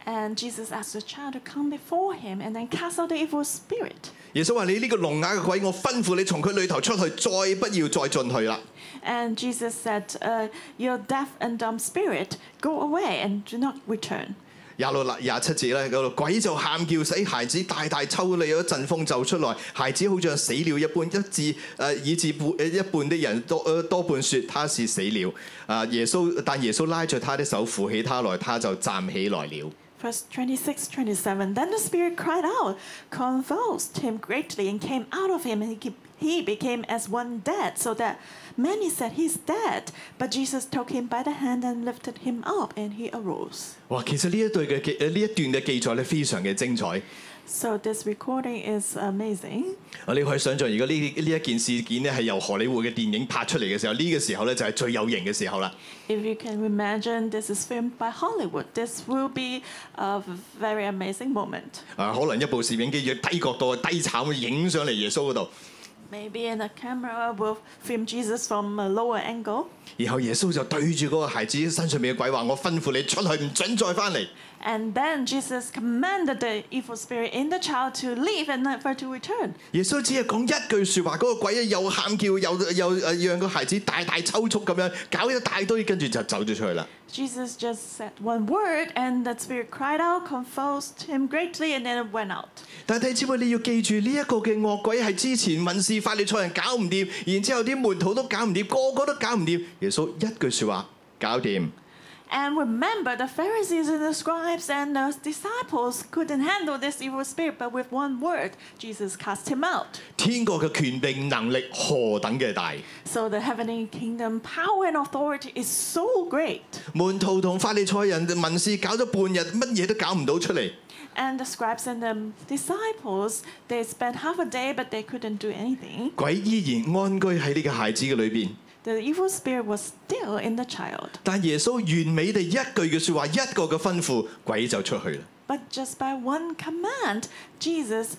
Speaker 2: And Jesus asked the child to come before him and then cast out the evil spirit.
Speaker 1: 耶穌話：你呢個聾啞嘅鬼，我吩咐你從佢裏頭出去，再不要再進去啦。
Speaker 2: And Jesus said, uh, Your deaf and dumb spirit, go away and do not return.
Speaker 1: 廿六廿七節咧，嗰度鬼就喊叫，使孩子大大抽你一陣風就出來，孩子好像死了一般，一至誒、呃以致半呃一半的人多、呃多半說他是死了。啊、耶穌但耶穌拉着他的手扶起他來，他就站起來了。
Speaker 2: Verse 26, 27. Then the spirit cried out, convulsed him greatly, and came out of him, and he, ke- he became as one dead, so that many said, He's dead. But Jesus took him by the hand and lifted him up, and he arose.
Speaker 1: 哇！其實呢一對嘅記呃呢一段嘅記載咧，非常嘅精彩。
Speaker 2: So this recording is amazing.
Speaker 1: 啊，你可以想象，如果呢呢一件事件咧係由荷里活嘅電影拍出嚟嘅時候，呢、個時候咧就係最有型嘅時候啦。
Speaker 2: If you can imagine, this is filmed by Hollywood. This will be a very amazing moment.
Speaker 1: 啊，可能一部攝影機要低角度、低慘影上嚟耶穌嗰度，
Speaker 2: Maybe in a camera will film Jesus from a lower angle,
Speaker 1: 然後耶穌就對住嗰個孩子身上面嘅鬼話：我吩咐你出去，唔准再翻嚟。
Speaker 2: and then Jesus commanded the evil spirit in the child to leave and never to return.
Speaker 1: 耶穌只係講一句説話，嗰、個鬼又喊叫，又又誒讓個孩子大大抽搐咁樣，搞一大堆，跟住就走咗出去啦。
Speaker 2: Jesus just said one word, and that spirit cried out, convulsed him greatly, and then it went out.
Speaker 1: 但係弟兄姊妹，你要記住呢一、個嘅惡鬼係之前文士法利賽人搞唔掂，然之後啲門徒都搞唔掂，個個都搞唔掂。耶穌一句説話搞掂。
Speaker 2: And remember, the Pharisees and the scribes and the disciples couldn't handle this evil spirit, but with one word, Jesus cast him out.
Speaker 1: 天國嘅權柄能力何等嘅大！
Speaker 2: So the heavenly kingdom power and authority is so great.
Speaker 1: 門徒同法利賽人文士搞咗半日，乜嘢都搞唔到出嚟。
Speaker 2: And the scribes and the disciples, they spent half a day, but they couldn't do anything.
Speaker 1: 鬼依然安居喺呢個孩子嘅裏邊，
Speaker 2: The evil spirit was still in the child.
Speaker 1: 但耶穌完美地一句嘅説話，一個嘅吩咐，鬼就出去啦。
Speaker 2: But just by one command, Jesus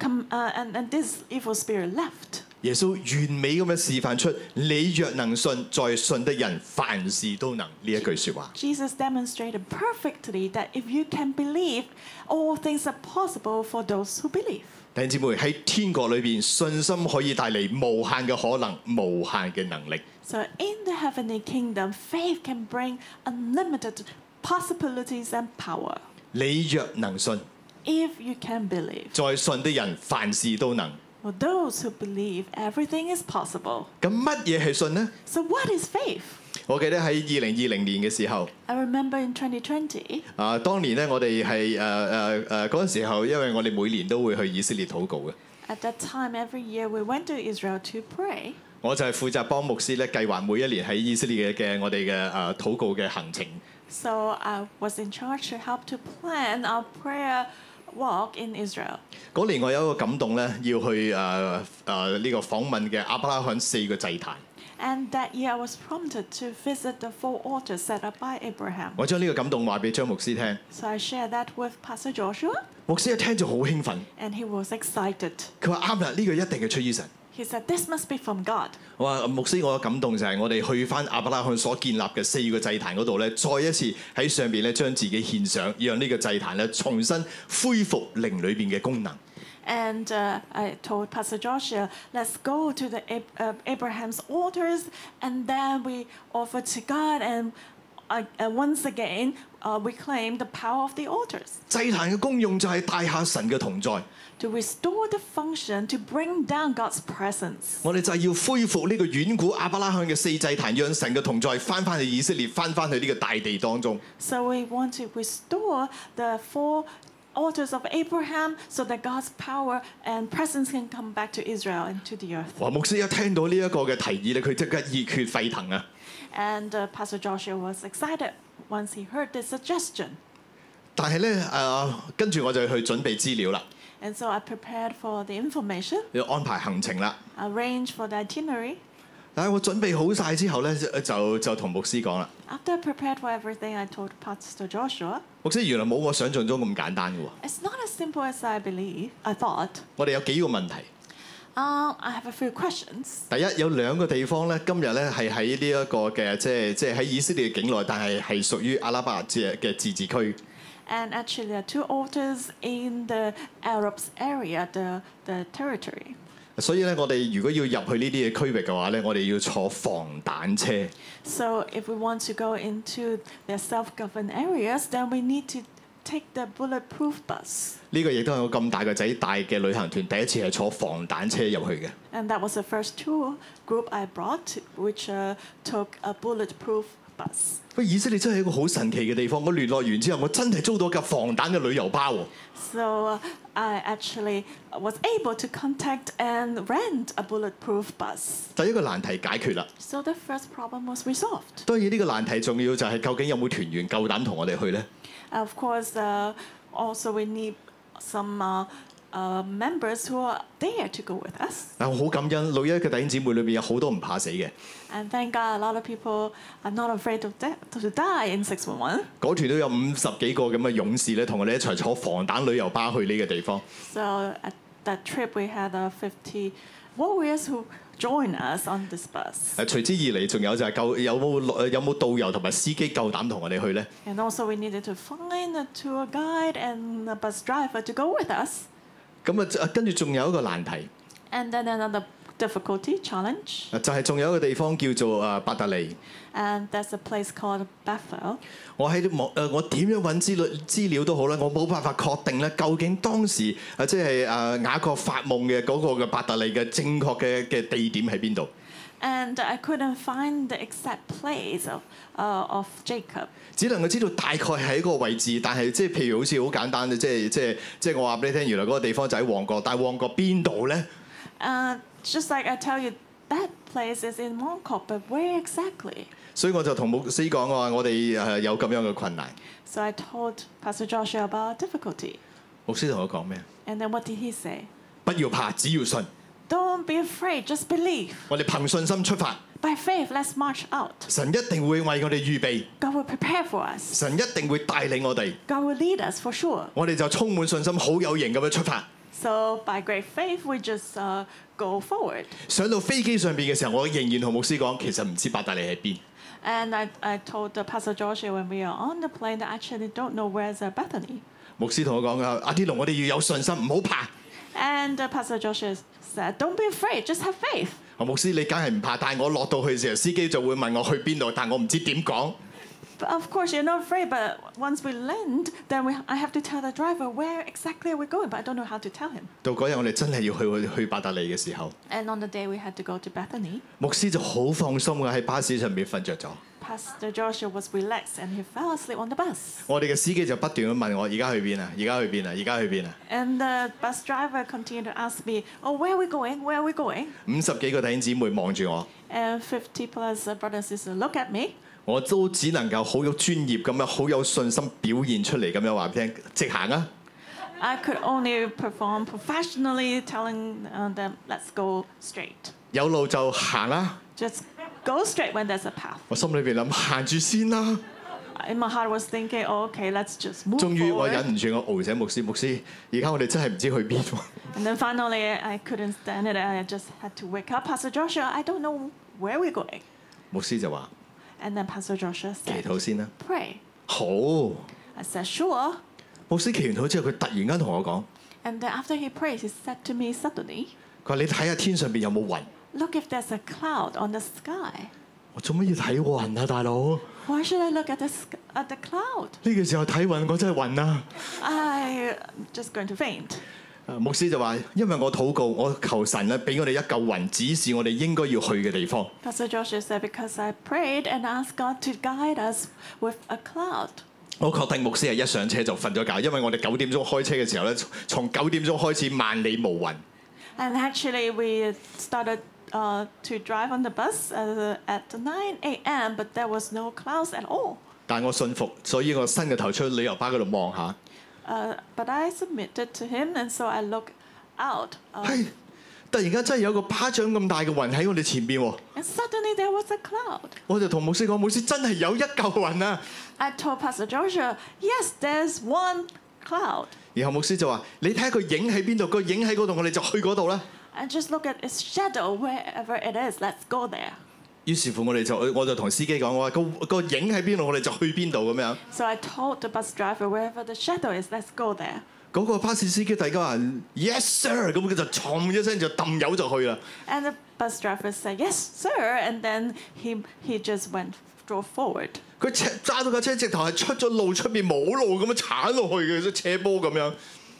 Speaker 2: com- uh, and, and this evil spirit left.
Speaker 1: 耶穌完美咁樣示範出，你若能信，在信的人凡事都能呢一句説話。
Speaker 2: Jesus demonstrated perfectly that if you can believe, all things are possible for those who believe.
Speaker 1: 弟兄姊妹喺天國裏邊，信心可以帶嚟無限嘅可能、無限嘅能力。
Speaker 2: So in the heavenly kingdom, faith can bring unlimited possibilities and power.
Speaker 1: 你若能信，
Speaker 2: If you can believe.
Speaker 1: 在信的人凡事都能。
Speaker 2: For those who believe, everything is possible.
Speaker 1: 咁乜嘢係信呢？
Speaker 2: So, what is faith?
Speaker 1: 我記得喺二零二零年嘅時候，
Speaker 2: I remember in 2020,
Speaker 1: 啊當年咧我哋係誒誒誒嗰陣時候，因為我哋每年都會去以色列禱告嘅，
Speaker 2: at that time, every year we went to Israel to pray.
Speaker 1: 我就係負責幫牧師咧計劃每一年喺以色列嘅嘅我哋嘅誒禱告嘅行程。
Speaker 2: So I was in charge to help to plan our prayer walk in Israel.
Speaker 1: 嗰年我有一個感動咧，要去誒誒呢個訪問嘅亞伯拉罕四個祭壇，
Speaker 2: And that year I was prompted to visit the four altars set up by Abraham.
Speaker 1: 我將呢個感動話俾張牧師聽，
Speaker 2: So I shared that with Pastor Joshua,
Speaker 1: 牧師一聽就好興奮，
Speaker 2: and he was excited.
Speaker 1: 佢話啱啦，呢、個一定係出於神。
Speaker 2: He said, This must be from God.
Speaker 1: 我話牧師，我嘅感動就係我哋去翻亞伯拉罕所建立嘅四個祭壇嗰度咧，再一次喺上邊咧將自己獻上，讓呢個祭壇咧重新恢復靈裏邊嘅功能。
Speaker 2: And uh, I told Pastor Joshua, let's go to the Ab- uh, Abraham's altars, and then we offer to God, and uh, uh, once again uh, we claim the power of the altars
Speaker 1: 祭壇嘅功用就係帶下神嘅同在，
Speaker 2: to restore the function to bring down God's presence.
Speaker 1: 我哋就係要恢復呢個遠古亞伯拉罕嘅四祭壇，讓神嘅同在翻翻去以色列，翻翻去呢個大地當中。
Speaker 2: So we want to restore the four altars of Abraham so that God's power and presence can come back to Israel and to the earth.
Speaker 1: 哇！牧師一聽到呢一個嘅提議咧，佢即刻熱血沸騰啊！
Speaker 2: And uh, Pastor Joshua was excited once he heard this suggestion.
Speaker 1: 但係咧誒，跟住我就去準備資料啦，
Speaker 2: And so I prepared for the information,
Speaker 1: 要安排行程啦。
Speaker 2: arranged for the itinerary.
Speaker 1: 但係我準備好晒之後咧，就就就同牧師講啦。
Speaker 2: After I prepared for everything, I told Pastor Joshua,
Speaker 1: 牧師原來冇我想象中咁簡單嘅喎。
Speaker 2: it's not as simple as I believe, I thought.
Speaker 1: 我哋有幾個問題。
Speaker 2: Um, I have a few questions.
Speaker 1: 第一有兩個地方咧，今日咧係喺呢一個嘅即係即係喺以色列嘅境內，但係係屬於阿拉伯嘅嘅自治區。
Speaker 2: And actually, there are two altars in the Arabs area, the, the territory.
Speaker 1: 所以咧，我哋如果要入去呢啲嘅區域嘅話咧，我哋要坐防彈車。
Speaker 2: So if we want to go into the self-governed areas, then we need to take the bulletproof bus.
Speaker 1: 呢、個亦都係我咁大個仔帶嘅旅行團第一次係坐防彈車入去嘅。
Speaker 2: And that was the first tour group I brought, which uh, took a bulletproof bus.
Speaker 1: 喂，以色列真係一個好神奇嘅地方。我聯絡完之後，我真係租到架防彈嘅旅遊巴喎。
Speaker 2: So uh, I actually was able to contact and rent a bulletproof bus.
Speaker 1: 第一個難題解決啦。
Speaker 2: So the first problem was resolved.
Speaker 1: 當然呢個難題重要就係究竟有冇團員夠膽同我哋去呢？
Speaker 2: Of course, uh, also we need some uh, uh, members who are there to go with us.
Speaker 1: 嗱，我好感恩六一嘅弟兄姊妹裏邊有好多唔怕死嘅，
Speaker 2: And thank God, a lot of people are not afraid of death to die in 611.
Speaker 1: 嗰團都有五十幾個咁嘅勇士咧，同我哋一齊坐防彈旅遊巴去呢個地方。
Speaker 2: So at that trip, we had uh, 50 warriors who joined us on this bus.
Speaker 1: 誒，隨之而嚟仲有就係夠有冇有冇導遊同埋司機夠膽同我哋去呢？
Speaker 2: And also, we needed to find a tour guide and a bus driver to go with us.
Speaker 1: 咁啊就，跟住仲有一個難題，啊
Speaker 2: And then another difficulty challenge,
Speaker 1: 就係仲有一個地方叫做誒伯特利。
Speaker 2: and that's a place called Bethel.
Speaker 1: 我喺啲網誒，我點樣揾資料資料都好啦，我冇辦法確定咧，究竟當時誒即係誒雅各發夢嘅嗰個嘅伯特利嘅正確嘅嘅地點喺邊度？
Speaker 2: And I couldn't find the exact place of, uh, of Jacob.
Speaker 1: 只能夠知道大概係一個位置，但係即係譬如好似好簡單嘅，即係即係即係我話俾你聽，原來嗰個地方就喺旺角，但係旺角邊度咧？
Speaker 2: Uh, just like I tell you, that place is in Mongkok, but where exactly?
Speaker 1: 所以我就同牧師講，我話我哋誒有咁樣嘅困難。
Speaker 2: So I told Pastor Joshua about our difficulty.
Speaker 1: 牧師同我講咩？啊
Speaker 2: And then what did he say?
Speaker 1: 不要怕，只要信。
Speaker 2: Don't be afraid, just believe.
Speaker 1: 我哋憑信心出發，
Speaker 2: By faith, let's march out.
Speaker 1: 神一定會為我哋預備，
Speaker 2: God will prepare for us.
Speaker 1: 神一定會帶領我哋，
Speaker 2: God will lead us for sure.
Speaker 1: 我哋就充滿信心，好有型咁樣出發。
Speaker 2: So by great faith, we just uh, go forward.
Speaker 1: 上到飛機上邊嘅時候，我仍然同牧師講，其實唔知伯特利喺邊。
Speaker 2: And I, I told the Pastor Joshua when we are on the plane that I actually don't know where's uh, Bethany.
Speaker 1: 牧師同我講啊，阿天龍，我哋要有信心，唔好怕。
Speaker 2: And uh, Pastor Joshua said, don't be afraid, just have faith.
Speaker 1: 啊，牧師你梗係唔怕，但係我落到去嘅時候，司機就會問我去邊度，但我唔知點講。
Speaker 2: But of course, you're not afraid, but once we land, then we, I have to tell the driver where exactly we're going, but I don't know how to tell him.
Speaker 1: 到嗰日我哋真係要去去伯特利嘅時候，
Speaker 2: And on the day we had to go to Bethany,
Speaker 1: 牧師就好放心嘅喺巴士上面瞓着咗。
Speaker 2: Pastor Joshua was relaxed and he fell asleep on the bus.
Speaker 1: 我哋嘅司機就不斷咁問我：而家去邊啊？而家去邊啊？而家去邊啊？
Speaker 2: And the bus driver continued to ask me, Oh, where are we going? Where are we going?
Speaker 1: 五十幾個弟兄姊妹望住我，
Speaker 2: And 50 plus uh, brothers and sisters look at me.
Speaker 1: 我都只能夠好有專業咁樣，好有信心表現出嚟咁樣話俾你聽，直行啊！
Speaker 2: I could only perform professionally, telling uh, them, Let's go straight.
Speaker 1: 有路就行啦。
Speaker 2: Just go straight when there's a path.
Speaker 1: 我心裏邊諗行住先啦。
Speaker 2: In my heart, I was thinking, oh, Okay, let's just move
Speaker 1: 終於我
Speaker 2: forward.
Speaker 1: 忍唔住我熬醒牧師，牧師，而家我哋真係唔知去邊喎。
Speaker 2: And then finally, I couldn't stand it. I just had to wake up Pastor Joshua. I don't know where we're going.
Speaker 1: 牧師就話
Speaker 2: And then Pastor Joshua
Speaker 1: 祈
Speaker 2: said,
Speaker 1: 禱先啦。
Speaker 2: Pray.
Speaker 1: 好，
Speaker 2: I said, Sure.
Speaker 1: 牧師祈完禱之後，佢突然間同我講：
Speaker 2: And then after he prayed, he said to me suddenly,
Speaker 1: 佢話你睇下天上邊有冇雲。
Speaker 2: Look if there's a cloud on the sky.
Speaker 1: 我做乜要睇雲啊，大佬？
Speaker 2: Why should I look at the, sk- at the cloud?
Speaker 1: 呢個時候睇雲，我真係暈啊！
Speaker 2: I'm just going to faint.
Speaker 1: 啊牧師就話：因為我禱告，我求神咧，俾我哋一嚿雲，指示我哋應該要去嘅地方。
Speaker 2: Pastor Joshua said, Because I prayed and asked God to guide us with a cloud.
Speaker 1: 我確定牧師係一上車就瞓咗覺，因為我哋九點鐘開車嘅時候咧，從從九點鐘開始萬里無雲。
Speaker 2: And actually, we started uh, to drive on the bus uh, at 9 a.m., but there was no clouds at all.
Speaker 1: 但我信服，所以我伸個頭出去旅遊巴嗰度望下，
Speaker 2: Uh, but I submitted to him, and so I looked out. uh,
Speaker 1: 係突然間真係有個巴掌咁大嘅雲喺我哋前邊喎，
Speaker 2: and suddenly there was a cloud.
Speaker 1: 我就同牧師講：牧師真係有一嚿雲啊！
Speaker 2: I told Pastor Joshua, yes, there's one cloud.
Speaker 1: 然後牧師就話：你睇下佢影喺邊度，佢影喺嗰度，我哋就去嗰度啦。
Speaker 2: And just look at its shadow wherever it is. Let's go there.
Speaker 1: 於是乎我哋就我就同司機講：我話個個影喺邊度，我哋就去邊度咁樣。
Speaker 2: So I told the bus driver, wherever the shadow is, let's go there.
Speaker 1: 嗰個巴士司機突然間話 yes sir，咁佢就砰一聲就揼油就去啦。
Speaker 2: And the bus driver said, yes, sir. And then he, he just went, drove forward.
Speaker 1: 佢斜揸到架車直頭係出咗路，出面冇路咁樣鏟落去嘅，斜坡咁樣。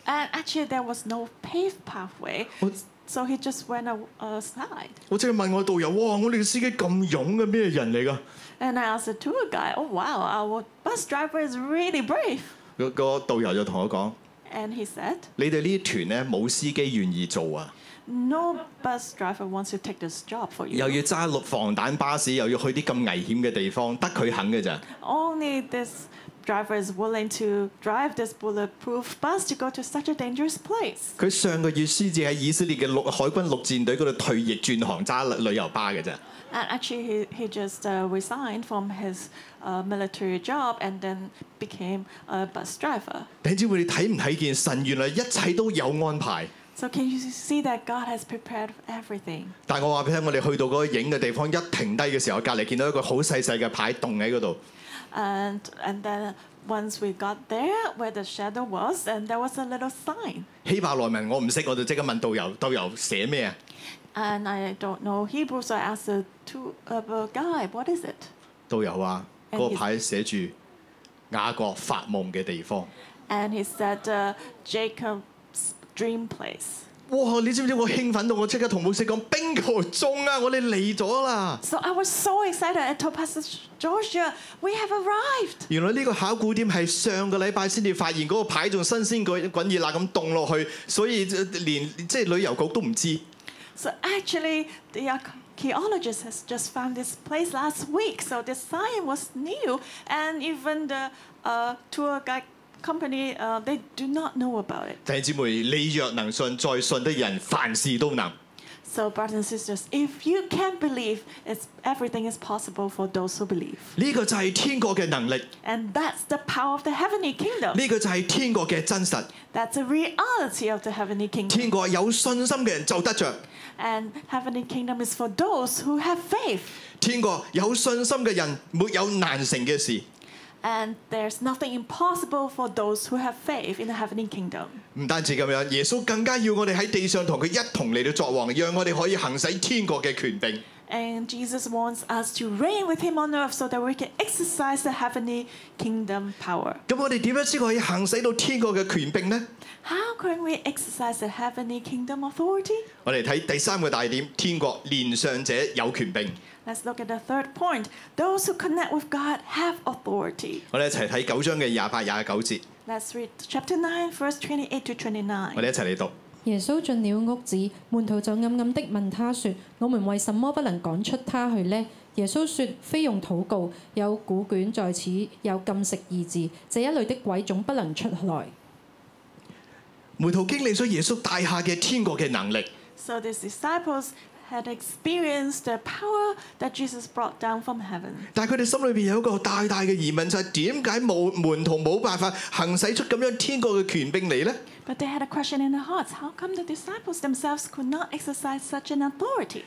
Speaker 2: And actually, there was no paved pathway.
Speaker 1: 我
Speaker 2: So he just went a- aside.
Speaker 1: 我即係問我導遊：哇！我哋嘅司機咁勇嘅咩人嚟㗎？
Speaker 2: And I asked the tour guide, oh, wow, our bus driver is really brave.
Speaker 1: 個個導遊就同我講：
Speaker 2: And he said,
Speaker 1: 你哋呢團咧冇司機願意做啊，
Speaker 2: no bus driver wants to take this job for you.
Speaker 1: 又要揸綠防彈巴士，又要去啲咁危險嘅地方，得佢肯嘅咋。
Speaker 2: Only this driver is willing to drive this bulletproof bus to go to such a dangerous place.
Speaker 1: 佢上個月先至喺以色列嘅陸海軍陸戰隊嗰度退役轉行揸旅遊巴嘅咋。
Speaker 2: And actually, he, he just uh, resigned from his uh, military job and then became a bus driver.
Speaker 1: 弟兄姊妹，你睇唔睇見神原來一切都有安排？
Speaker 2: So, can you see that God has prepared everything?
Speaker 1: 但我話俾你聽，我哋去到嗰個影嘅地方一停低嘅時候，隔離見到一個好細細嘅牌棟喺嗰度。
Speaker 2: And, and then once we got there where the shadow was, and there was a little sign.
Speaker 1: 希伯來文我唔識，我就即刻問導遊：導遊寫咩啊？
Speaker 2: And I don't know Hebrew, so I asked the two, uh, the guy, what is it?
Speaker 1: 導遊話
Speaker 2: 誒
Speaker 1: 啊嗰個牌寫住雅各發夢嘅地方。
Speaker 2: And he said, uh, Jacob's dream place.
Speaker 1: 哇！你知唔知我興奮到我即刻同牧師講：bingo 中啊！我哋嚟咗啦！
Speaker 2: So I was so excited. I told Pastor Joshua, we have arrived.
Speaker 1: 原來呢個考古店係上個禮拜先至發現嗰個牌仲新鮮滾滾熱辣咁凍落去，所以呃連即係旅遊局都唔知。
Speaker 2: So actually, the archaeologist has just found this place last week. So the sign was new, and even the uh, tour guide company, uh, they do not know about it.
Speaker 1: 弟兄姊妹，你若能信，在信的人凡事都能。
Speaker 2: So brothers and sisters, if you can believe, it's, everything is possible for those who believe.
Speaker 1: 呢個就係天國嘅能力，呢
Speaker 2: And that's the power of the heavenly kingdom.
Speaker 1: 個就係天國嘅真實。
Speaker 2: That's the reality of the heavenly kingdom.
Speaker 1: 天國有信心嘅人就得着，
Speaker 2: And heavenly kingdom is for those who have faith.
Speaker 1: 天國有信心嘅人沒有難成嘅事。
Speaker 2: And there's nothing impossible for those who have faith in the heavenly kingdom.
Speaker 1: 唔單止咁樣，耶穌更加要我哋喺地上同佢一同嚟到作王，讓我哋可以行使天國嘅權柄。
Speaker 2: And Jesus wants us to reign with him on earth so that we can exercise the heavenly kingdom power.
Speaker 1: 咁我哋點樣先可以行使到天國嘅權柄呢？
Speaker 2: How can we exercise the heavenly kingdom authority?
Speaker 1: 我哋睇第三個大點，天國年上者有權柄。
Speaker 2: Let's look at the third point. Those who connect with God have authority.
Speaker 1: 我哋一齊睇九章嘅廿八、廿九節，
Speaker 2: Let's read chapter 9, verse 28 to 29.
Speaker 1: 我哋一齊嚟讀。
Speaker 3: 耶穌進了屋子，門徒就暗暗的問他說：我們為什麼不能趕出他去呢？耶穌說：非用禱告，有古卷在此，有禁食二字，這一類的鬼總不能出來。
Speaker 1: 門徒經歷咗耶穌大下嘅天國嘅能力，
Speaker 2: So these disciples had experienced the power that Jesus brought down from heaven.
Speaker 1: 但係佢哋心裏邊有一個大大嘅疑問，就係點解冇門徒冇辦法行使出咁樣天國嘅權柄嚟呢？
Speaker 2: But they had a question in their hearts how come the disciples themselves could not exercise such an authority?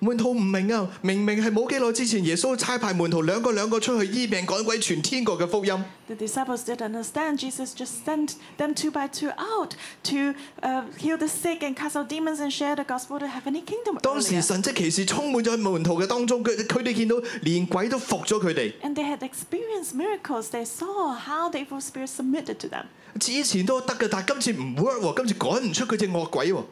Speaker 1: 門徒唔明啊，明明係冇幾耐之前耶穌差派門徒兩個兩個出去醫病趕鬼傳天國嘅福音，
Speaker 2: The disciples didn't understand. Jesus just sent them two by two out to uh, heal the sick and cast out demons and share the gospel of the heavenly kingdom.
Speaker 1: 當時
Speaker 2: earlier.
Speaker 1: 神蹟奇事充滿咗門徒嘅當中，佢佢哋見到連鬼都服咗佢哋。
Speaker 2: And they had experienced miracles. They saw how the evil spirits submitted to them.
Speaker 1: 之前都得嘅，但係今次唔 work 喎，今次趕唔出佢只惡鬼喎，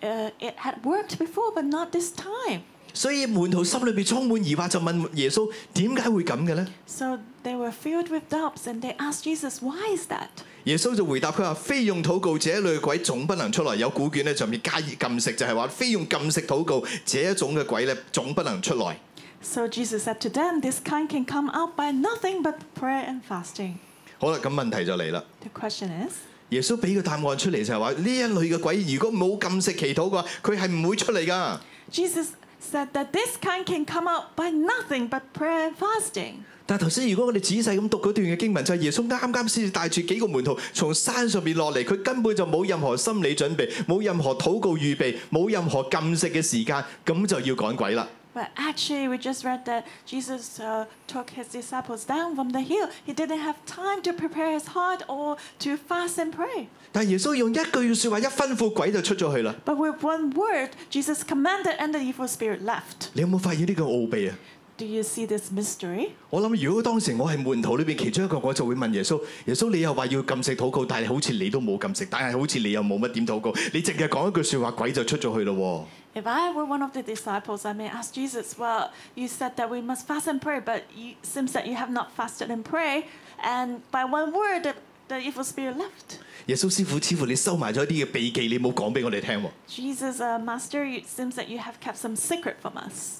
Speaker 2: Uh, it had worked before, but not this time.
Speaker 1: 所以門徒心裏邊充滿疑惑，就問耶穌點解會咁嘅呢？
Speaker 2: So they were filled with doubts and they asked Jesus, Why is that?
Speaker 1: 耶穌就回答佢話：非用禱告，這類鬼總不能出來。有古卷咧上面加以禁食，就係話非用禁食禱告，這一種嘅鬼咧總不能出來。
Speaker 2: So Jesus said to them, This kind can come out by nothing but prayer and fasting.
Speaker 1: 好啦，咁問題就嚟啦。
Speaker 2: The question is,
Speaker 1: 耶穌俾個答案出嚟就係話：呢一類嘅鬼如果冇禁食祈禱嘅話，佢係唔會出嚟噶。
Speaker 2: Jesus said that this kind can come out by nothing but prayer and fasting.
Speaker 1: 但係頭先如果我哋仔細咁讀嗰段嘅經文，就係、耶穌啱啱先至帶住幾個門徒從山上邊落嚟，佢根本就冇任何心理準備，冇任何禱告預備，冇任何禁食嘅時間，咁就要趕鬼啦。
Speaker 2: But actually, we just read that Jesus uh, took his disciples down from the hill. He didn't have time to prepare his heart or to fast and pray.
Speaker 1: 但係耶穌用一句説話一吩咐，鬼就出咗去啦。
Speaker 2: But with one word, Jesus commanded and the evil spirit left.
Speaker 1: 你有冇發現呢個奧秘啊？
Speaker 2: Do you see this mystery?
Speaker 1: 我諗如果當時我係門徒裏邊其中一個，我就會問耶穌：耶穌你又話要禁食禱告，但係好似你都冇禁食，但係好似你又冇乜點禱告，你淨係講一句説話，鬼就出咗去咯
Speaker 2: If I were one of the disciples, I may ask Jesus, Well, you said that we must fast and pray, but you, seems that you have not fasted and prayed. And by one word, the, the evil spirit
Speaker 1: 喎。
Speaker 2: left.
Speaker 1: 耶穌師傅，似乎你收埋咗一啲嘅秘技，你冇講俾我哋聽喎。
Speaker 2: Jesus, uh, Master, it seems that you have kept some secret from us.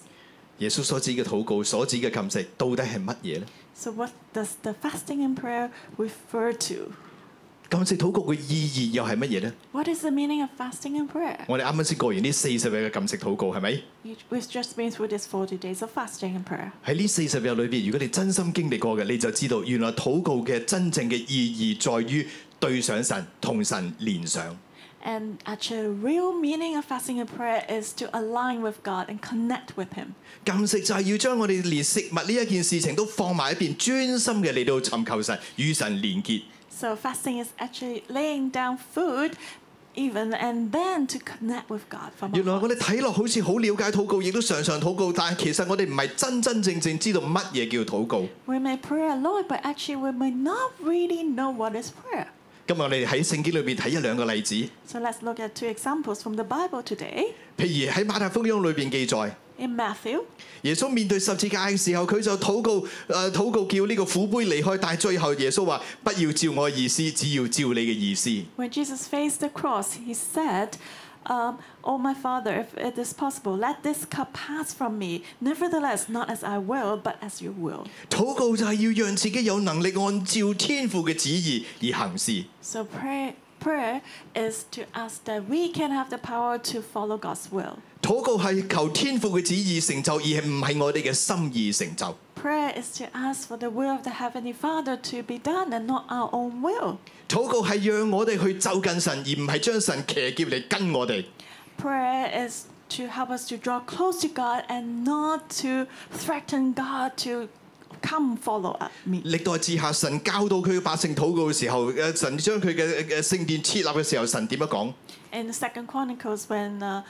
Speaker 1: 耶穌所指嘅禱告，所指嘅禁食，到底係乜嘢呢？
Speaker 2: So, what does the fasting and prayer refer to?
Speaker 1: 禁食禱告嘅意義又係乜嘢呢？
Speaker 2: What is the meaning of fasting and prayer?
Speaker 1: 我哋啱啱先過完呢四十日嘅禁食禱告，係咪？
Speaker 2: You- We've just been through this 40 days of fasting and prayer.
Speaker 1: 喺呢四十日裏邊，如果你真心經歷過嘅，你就知道原來禱告嘅真正嘅意義，在於對上神，同神連上。
Speaker 2: And actually, the real meaning of fasting and prayer is to align with God and connect with Him.
Speaker 1: 禁食就係要將我哋連食物呢一件事情都放埋一邊，專心嘅嚟到尋求神，與神連結。
Speaker 2: So fasting is actually laying down food even and then to connect with God from our
Speaker 1: 原來我
Speaker 2: heart.
Speaker 1: 哋睇落好似好了解禱告，亦都常常禱告，但係其實我哋唔係真真正正知道乜嘢叫禱告。
Speaker 2: We may pray a lot, but actually we may not really know what is prayer.
Speaker 1: 今日我哋喺聖經裏邊睇一兩個例子，
Speaker 2: So let's look at two examples from the Bible today.
Speaker 1: 譬如喺馬太福音裏邊記載，
Speaker 2: In Matthew,
Speaker 1: 耶穌面對十字架嘅時候，佢就禱告，誒、禱告叫呢個苦杯離開，但係最後耶穌話：不要照我意思，只要照你嘅意思。
Speaker 2: when Jesus faced the cross, he said, um, Oh, my Father, if it is possible, let this cup pass from me. Nevertheless, not as I will, but as you will.
Speaker 1: 禱告就係要讓自己有能力按照天父嘅旨意而行事。
Speaker 2: So prayer, prayer is to us that we can have the power to follow God's will.
Speaker 1: 禱告係求天父嘅旨意成就，而係唔係我哋嘅心意成就。
Speaker 2: Prayer is to ask for the will of the Heavenly Father to be done and not our own will.
Speaker 1: 禱告係讓我哋去就近神，而唔係將神騎劫嚟跟我哋。
Speaker 2: Prayer is to help us to draw close to God and not to threaten God to come follow up me.
Speaker 1: 歷代志下，神教導佢嘅百姓禱告嘅時候，誒神將呃佢嘅嘅聖殿設立嘅時候，神點樣講？
Speaker 2: In Second Chronicles, when uh,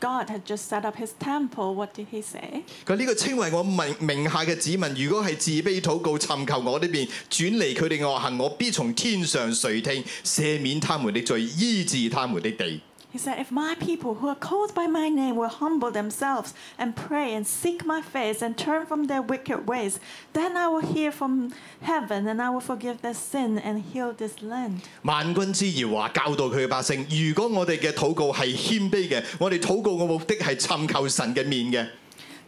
Speaker 2: God had just set up his temple, what did he say?
Speaker 1: 佢呢個稱為我名名下嘅子民，如果係自卑禱告，尋求我呢邊，轉離佢哋惡行，我必從天上垂聽，赦免他們的罪，醫治他們的地。
Speaker 2: He said, If my people who are called by my name will humble themselves and pray and seek my face and turn from their wicked ways, then I will hear from heaven and I will forgive their sin and heal this land.
Speaker 1: 萬軍之耶和華教導佢嘅百姓，如果我哋嘅禱告係謙卑嘅，我哋禱告嘅目的係尋求神嘅面嘅。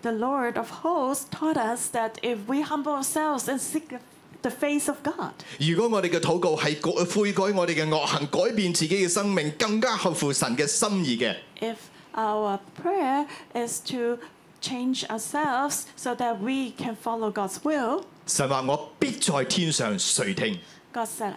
Speaker 2: The Lord of hosts taught us that if we humble ourselves and seek the face of God,
Speaker 1: 如果我哋嘅禱告係改悔改我哋嘅惡行，改變自己嘅生命，更加合乎神嘅心意嘅。
Speaker 2: if our prayer is to change ourselves so that we can follow God's will,
Speaker 1: 神話我必在天上垂聽。
Speaker 2: God said,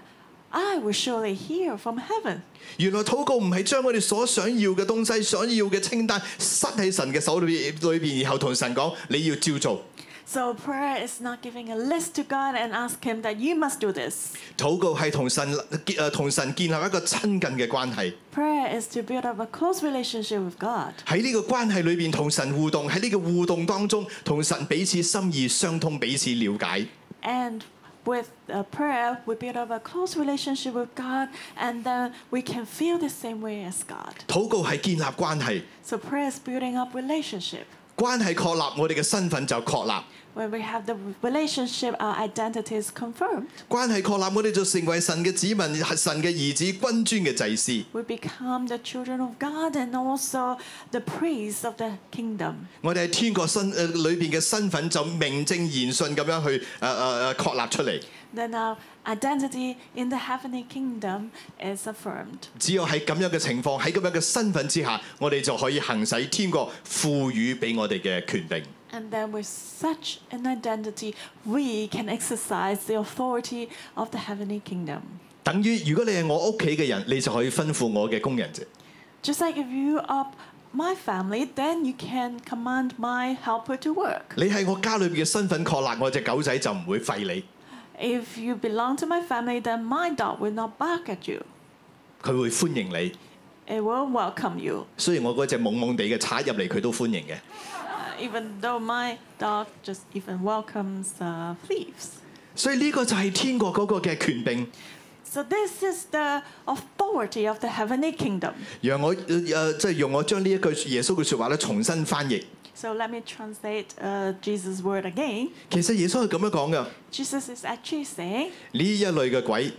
Speaker 2: I will surely hear from heaven.
Speaker 1: 原來禱告唔係將我哋所想要嘅東西、想要嘅清單塞喺神嘅手裏裏邊，然後同神講你要照做。
Speaker 2: So prayer is not giving a list to God and ask Him that you must do this.
Speaker 1: 禱告係同神建誒同神建立一個親近嘅關係，
Speaker 2: Prayer is to build up a close relationship with God.
Speaker 1: 喺呢個關係裏邊同神互動，喺呢個互動當中同神彼此心意相通，彼此了解。
Speaker 2: And with uh, prayer, we build up a close relationship with God, and then we can feel the same way as God.
Speaker 1: 禱告係建立關係，
Speaker 2: So prayer is building up relationship.
Speaker 1: 關係確立我哋嘅身份就確立，
Speaker 2: When we have the relationship, our identity is confirmed.
Speaker 1: 關係確立我哋就成為神嘅子民、係神嘅兒子、君尊嘅祭司。
Speaker 2: We become the children of God and also the priests of the kingdom.
Speaker 1: 我哋喺天國身誒裏邊嘅身份就名正言順咁樣去誒誒誒確立出嚟。
Speaker 2: Then our identity in the heavenly kingdom is affirmed.
Speaker 1: 只有喺咁樣嘅情況，喺咁樣嘅身份之下，我哋就可以行使天國賦予俾我哋嘅權柄。
Speaker 2: And then, with such an identity, we can exercise the authority of the heavenly kingdom.
Speaker 1: 等於如果你係我屋企嘅人，你就可以吩咐我嘅工人啫。
Speaker 2: Just like if you are my family, then you can command my helper to work.
Speaker 1: 你喺我家裏邊嘅身份確立，我只狗仔就唔會吠你，
Speaker 2: If you belong to my family, then my dog will not bark at you,
Speaker 1: 佢會歡迎你。
Speaker 2: it will welcome you.
Speaker 1: 雖然我嗰只懵懵地嘅賊入嚟，佢都歡迎嘅。
Speaker 2: Uh, even though my dog just even welcomes uh, thieves.
Speaker 1: 所以呢個就係天國嗰個嘅權柄，
Speaker 2: So this is the authority of the heavenly kingdom.
Speaker 1: 讓我誒誒、呃即係用我將呢一句耶穌嘅説話咧重新翻譯。
Speaker 2: So let me translate uh, Jesus' word again.
Speaker 1: 其實耶穌係咁樣講嘅，
Speaker 2: Jesus is actually
Speaker 1: 呢
Speaker 2: saying
Speaker 1: 一類嘅鬼，呢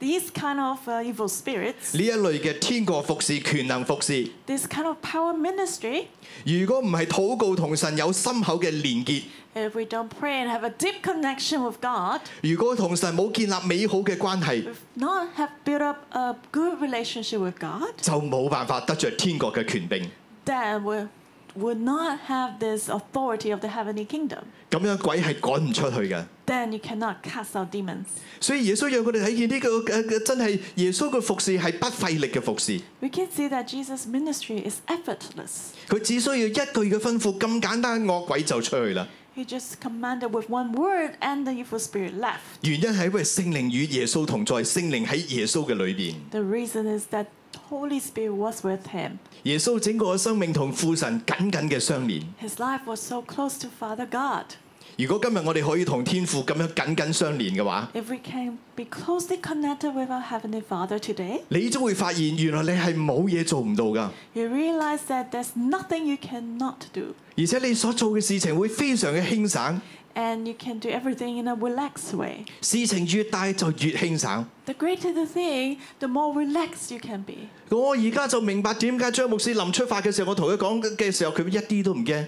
Speaker 2: these kind of uh, evil spirits,
Speaker 1: 一類嘅天國服侍、權能服侍，
Speaker 2: this kind of power ministry,
Speaker 1: 如果唔係禱告同神有深厚嘅連結，
Speaker 2: if we don't pray and have a deep connection with God,
Speaker 1: 如果同神冇建立美好嘅關係，
Speaker 2: if not have built up a good relationship with God,
Speaker 1: 就冇辦法得着天國嘅權柄。
Speaker 2: then we would not have this authority of the heavenly kingdom.
Speaker 1: 咁樣鬼係趕唔出去嘅。
Speaker 2: Then you cannot cast out demons.
Speaker 1: 所以耶穌讓佢哋睇見呢個嘅嘅真係耶穌嘅服侍係不費力嘅服侍，
Speaker 2: We can see that Jesus' ministry is effortless.
Speaker 1: 佢只需要一句嘅吩咐咁簡單，惡鬼就出去啦。
Speaker 2: He just commanded with one word and the evil spirit left.
Speaker 1: 原因係因為聖靈與耶穌同在，聖靈喺耶穌嘅裏邊，
Speaker 2: The reason is that the Holy Spirit was with him.
Speaker 1: 耶穌整個嘅生命同父神緊緊嘅相連。
Speaker 2: His life was so close to Father God.
Speaker 1: 如果今日我哋可以同天父咁樣緊緊相連嘅話，
Speaker 2: If we can be closely connected with our Heavenly Father today,
Speaker 1: 你都會發現原來你係冇嘢做唔到㗎，
Speaker 2: you realize that there's nothing you cannot do.
Speaker 1: 而且你所做嘅事情會非常嘅輕省，
Speaker 2: And you can do everything in a relaxed way.
Speaker 1: 事情越大就越輕省。
Speaker 2: The greater the thing, the more relaxed you can be.
Speaker 1: 我而家就明白點解張牧師臨出發嘅時候，我同佢講嘅時候，佢一啲都唔驚。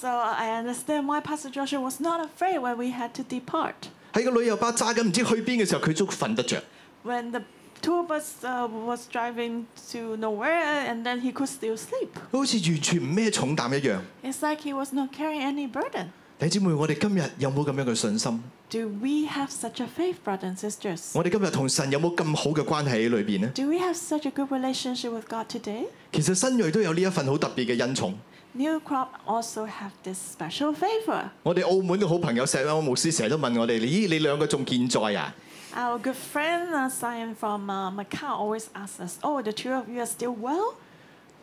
Speaker 2: So I understand why Pastor Joshua was not afraid when we had to depart.
Speaker 1: 喺個旅遊巴揸緊唔知去邊嘅時候，佢都瞓得着。
Speaker 2: when the tour bus uh, was driving to nowhere and then he could still sleep.
Speaker 1: 好似完全唔咩重擔一樣。
Speaker 2: It's like he was not carrying any burden.
Speaker 1: 弟兄姊妹，我哋今日有冇咁樣嘅信心？
Speaker 2: Do we have such a faith, brothers and sisters?
Speaker 1: 我哋今日同神有冇咁好嘅關係喺裏邊呢？
Speaker 2: Do we have such a good relationship with God today?
Speaker 1: 其實新锐都有呢一份好特別嘅恩寵。
Speaker 2: New Crop also have this special favor.
Speaker 1: 我哋澳門嘅好朋友石安牧師成日都問我哋：咦，你兩個仲健在啊？
Speaker 2: Our good friend uh, Simon from uh, Macau always asks us, "Oh, the two of you are still well?"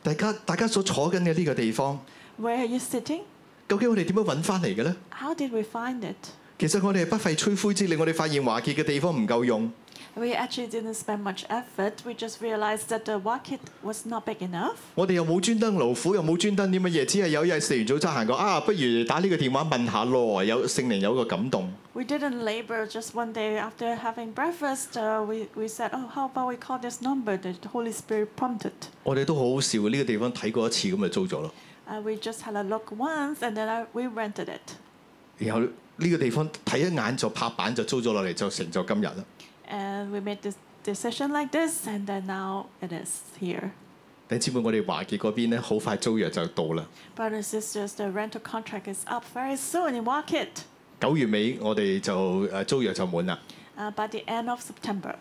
Speaker 1: 大家大家所坐緊嘅呢個地方，
Speaker 2: Where are you sitting?
Speaker 1: 究竟我哋點樣揾翻嚟嘅呢？
Speaker 2: How did we find it?
Speaker 1: 其實我哋係不費吹灰之力，我哋發現華傑嘅地方唔夠用，
Speaker 2: We actually didn't spend much effort. We just realized that the market was not big enough.
Speaker 1: 我哋又冇專登勞苦，又冇專登啲乜嘢，只係有一日食完早餐行過啊，不如打呢個電話問下咯，有聖靈有個感動。
Speaker 2: We didn't labor just one day after having breakfast. Uh, we, we said, oh, how about we call this number? The Holy Spirit prompted.
Speaker 1: 我哋都好好笑，呢、個地方睇過一次咁就租咗咯。
Speaker 2: Uh, we just had a look once and then I, we rented it.
Speaker 1: 然後呢個地方睇一眼就拍板就租咗落嚟，就成就今日啦。
Speaker 2: And we made this decision like this and then now it is here.
Speaker 1: 弟兄姊妹，我哋華傑嗰邊咧，好快租約就到啦。
Speaker 2: Brothers and sisters, the rental contract is up very soon in market.
Speaker 1: 九月尾我哋就誒租約就滿啦。
Speaker 2: Uh, by the end of September.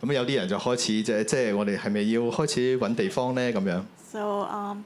Speaker 1: 咁有啲人就開始即係即係我哋係咪要開始揾地方呢？咁樣
Speaker 2: So um,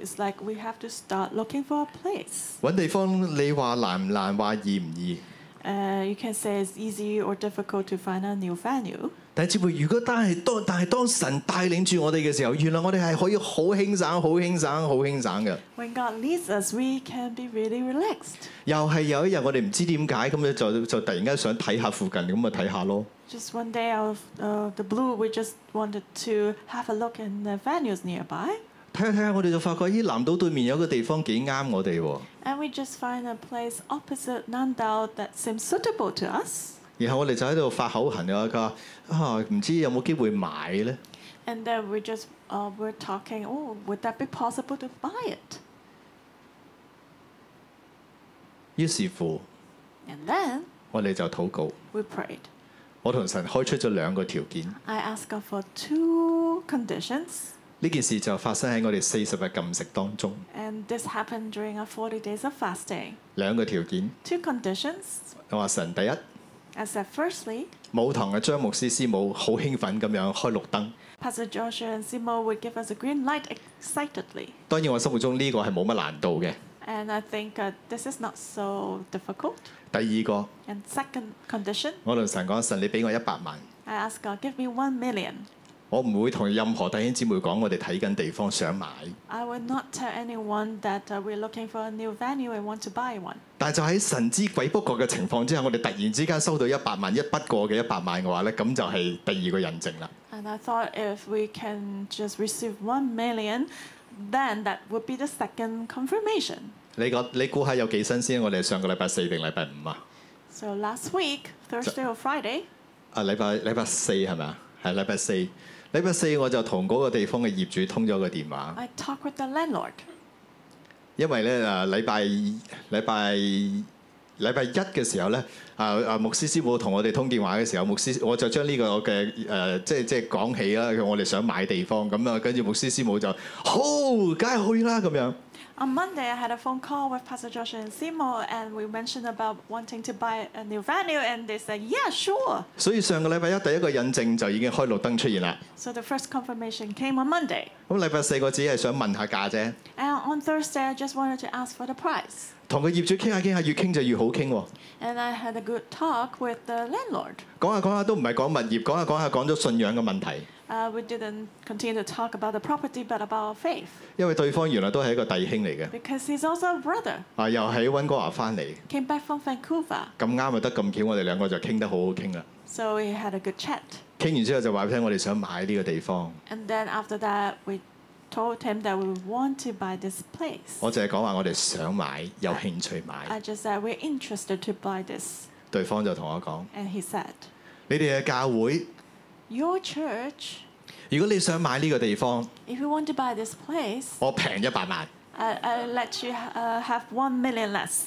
Speaker 2: it's like we have to start looking for a place.
Speaker 1: 揾地方，你話難唔難，話易唔易？
Speaker 2: Uh, you can say it's easy or difficult to find a new venue.
Speaker 1: 弟兄姊妹，如果但係當但係當神帶領住我哋嘅時候，原來我哋係可以好輕省、好輕省、好輕省嘅。
Speaker 2: When God leads us, we can be really relaxed.
Speaker 1: 又係有一日我哋唔知點解咁樣就就突然間想睇下附近，咁啊睇下咯。
Speaker 2: Just one day out of uh, the blue, we just wanted to have a look in the venues nearby.
Speaker 1: 睇下睇下，我哋就發覺咦，南島對面有個地方幾啱我哋喎。
Speaker 2: And we just find a place opposite Nandao that seems suitable to us.
Speaker 1: 然後我哋就喺度發口痕啊，佢話啊唔知有冇機會買呢？
Speaker 2: And then we just uh, were talking, oh, would that be possible to buy it?
Speaker 1: 於是乎，
Speaker 2: And then
Speaker 1: 我哋就禱告。
Speaker 2: we prayed.
Speaker 1: 我同神開出咗兩個條件，
Speaker 2: I asked God for two conditions,
Speaker 1: 呢件事就發生喺我哋四十日禁食當中。
Speaker 2: and this happened during our 40 days of fasting.
Speaker 1: 兩個條件，
Speaker 2: Two conditions.
Speaker 1: 我話神第一，
Speaker 2: I said, firstly,
Speaker 1: 舞堂嘅張牧師師母好興奮咁樣開綠燈。
Speaker 2: Pastor Joshua and Simo would give us a green light excitedly.
Speaker 1: 當然我心目中呢個係冇乜難度嘅。
Speaker 2: And I think uh, this is not so difficult.
Speaker 1: 第二個，
Speaker 2: And second condition,
Speaker 1: 我同神講：神，你俾我一百萬，
Speaker 2: I asked God, give me one million.
Speaker 1: 我唔會同任何弟兄姊妹講我哋睇緊地方想買。
Speaker 2: I would not tell anyone that uh, we're looking for a new venue and want to buy one.
Speaker 1: 但就喺神之鬼不覺嘅情況之下，我哋突然之間收到一百萬一筆過嘅一百萬嘅話呢咁就係第二個印證啦。
Speaker 2: And I thought if we can just receive one million, then that would be the second confirmation.
Speaker 1: 你覺你估下有幾新鮮？我哋係上個禮拜四定禮拜五啊？
Speaker 2: So last week, Thursday or Friday,
Speaker 1: 啊，禮拜禮拜四係咪啊？係禮拜四，禮拜四我就同嗰個地方嘅業主通咗個電話，
Speaker 2: I talked with the landlord
Speaker 1: 因為咧啊，禮拜禮拜禮拜一嘅時候咧，啊啊牧師師傅同我哋通電話嘅時候，牧師我就將呢個嘅誒、呃即係即係講起啦，我哋想買地方咁啊，跟住牧師師傅就好，梗係去啦咁樣。
Speaker 2: On Monday, I had a phone call with Pastor Joshua and Simo, and we mentioned about wanting to buy a new venue, and they said, yeah, sure.
Speaker 1: 所以上個禮拜一第一個印證就已經開綠燈出現啦。
Speaker 2: So the first confirmation came on Monday.
Speaker 1: 咁禮拜四我只係想問下價啫，
Speaker 2: And on Thursday, I just wanted to ask for the price.
Speaker 1: 同個業主傾下傾下，越傾就越好傾喎。
Speaker 2: And I had a good talk with the landlord.
Speaker 1: 講下講下都唔係講物業，講下講下講咗信仰嘅問題，
Speaker 2: Uh, we didn't continue to talk about the property, but about our faith,
Speaker 1: 因為對方原來都係一個弟兄嚟嘅，
Speaker 2: because he's also a brother,
Speaker 1: 啊又喺温哥華翻嚟，
Speaker 2: came back from Vancouver.
Speaker 1: 咁啱啊又得咁巧，我哋兩個就傾得好好傾啦。
Speaker 2: So we had a good chat.
Speaker 1: 傾完之後就話俾佢聽，我哋想買呢個地方，
Speaker 2: And then after that, we told him that we want to buy this place.
Speaker 1: 我就係講話我哋想買，有興趣
Speaker 2: I
Speaker 1: 買。
Speaker 2: just said, we're interested to buy this.
Speaker 1: 對方就同我講：
Speaker 2: And he said,
Speaker 1: 你哋嘅教會，
Speaker 2: Your church,
Speaker 1: 如果你想買呢個地方，
Speaker 2: if you want to buy this place,
Speaker 1: 我平一百萬，
Speaker 2: I, I'll let you uh, have one million less.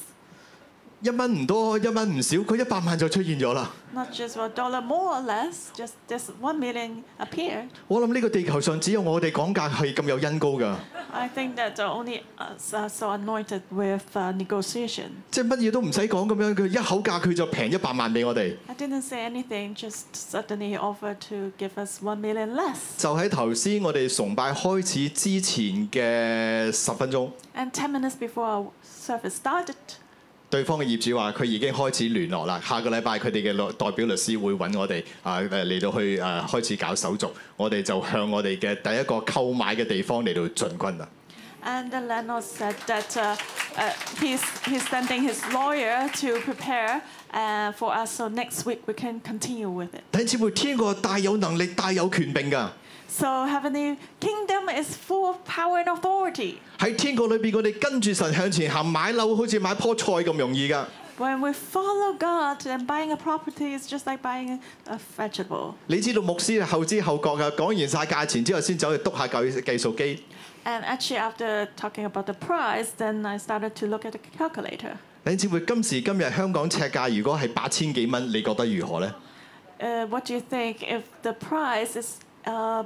Speaker 1: 一蚊唔多，一蚊唔少，佢一百萬就出現咗啦。
Speaker 2: Not just one dollar more or less, just this one million appeared.
Speaker 1: 我諗呢個地球上只有我哋講價係咁有恩高㗎，
Speaker 2: I think that the only us are so anointed with uh, negotiation.
Speaker 1: 即係乜嘢都唔使講咁樣，佢一口價佢就平一百萬俾我哋。
Speaker 2: I didn't say anything, just suddenly he offered to give us one million less.
Speaker 1: 就喺頭先我哋崇拜開始之前嘅十分鐘，
Speaker 2: And 10 minutes before our service started,
Speaker 1: 對方嘅業主話佢已經開始聯絡啦，下個禮拜佢哋嘅律代表律師會揾我哋啊誒嚟到去誒、啊開始搞手續，我哋就向我哋嘅第一個購買嘅地方嚟到進軍啦。
Speaker 2: And the landlord said that uh, uh, he's, he's sending his lawyer to prepare uh, for us, so next week we can continue with it.
Speaker 1: 弟兄姊妹，天國大有能力、大有權柄㗎。
Speaker 2: So heavenly kingdom is full of power and authority.
Speaker 1: 喺天國裏邊，我哋跟住神向前行，買樓好似買棵菜咁容易㗎。
Speaker 2: When we follow God, then buying a property is just like buying a, a vegetable.
Speaker 1: 你知道牧師係後知後覺㗎，講完晒價錢之後，先走去篤下計計數機。
Speaker 2: And actually, after talking about the price, then I started to look at the calculator.
Speaker 1: 弟兄姊妹，今時今日香港尺價如果係八千幾蚊，你覺得如何呢？
Speaker 2: Uh, what do you think if the price is uh,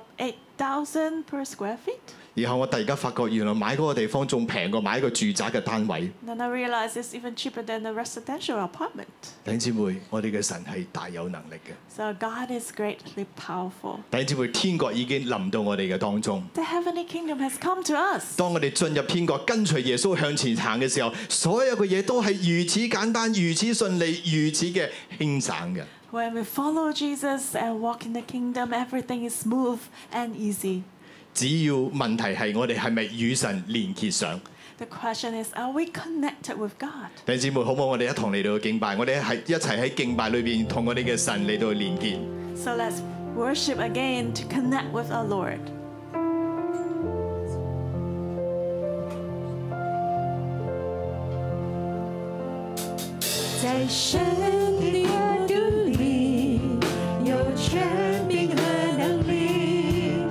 Speaker 2: 8,000 per square feet?
Speaker 1: 然後我突然間發覺，原來買嗰個地方仲平過買一個住宅嘅單位。
Speaker 2: Then I realized it's even cheaper than a residential apartment.
Speaker 1: 弟兄姊妹，我哋嘅神係大有能力嘅。
Speaker 2: So God is greatly powerful.
Speaker 1: 弟兄姊妹，天國已經臨到我哋嘅當中。
Speaker 2: The heavenly kingdom has come to us.
Speaker 1: 當我哋進入天國，跟隨耶穌向前行嘅時候，所有嘅嘢都係如此簡單、如此順利、如此嘅輕省嘅。
Speaker 2: When we follow Jesus and walk in the kingdom, everything is smooth and easy.
Speaker 1: 只要問題係我哋係咪與神連結上？
Speaker 2: The question is, are we connected with God?
Speaker 1: 弟兄姊妹，好唔好？我哋一同嚟到敬拜，我哋係一齊喺敬拜裏邊同我哋嘅神嚟到連結。
Speaker 2: So let's worship again to connect with our Lord.
Speaker 4: 在神的国度里，有权柄和能力，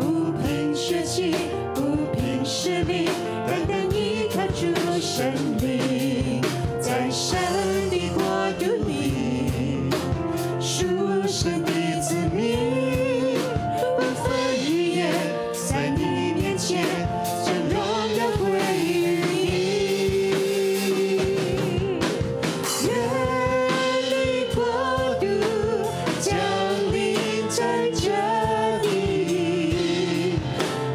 Speaker 4: 不凭血气，不凭实力，单单依靠主神力。在神的国度里，属神的子民，不分语言，在你面前，将荣耀归于你。愿你国度降临在这里，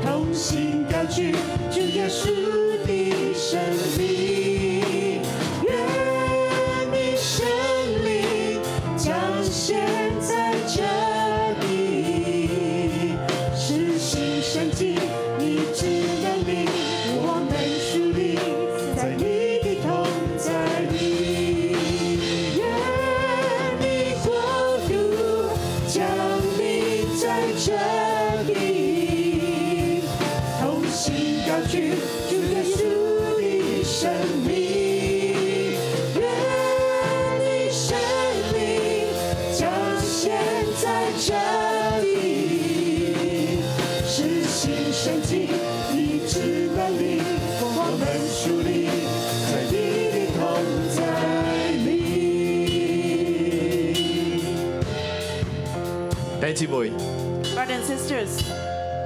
Speaker 4: 同心高举主耶稣的圣名。愿你圣灵彰显在这里，是新生机，医治能力，我们树立在你的同在里。愿你国度降临在这里，同心高举主耶稣的生命。愿你生命彰显在这里，是新生机，医治能力，我们树立在你的同在里。
Speaker 1: 弟兄姊妹，
Speaker 2: Brothers and sisters,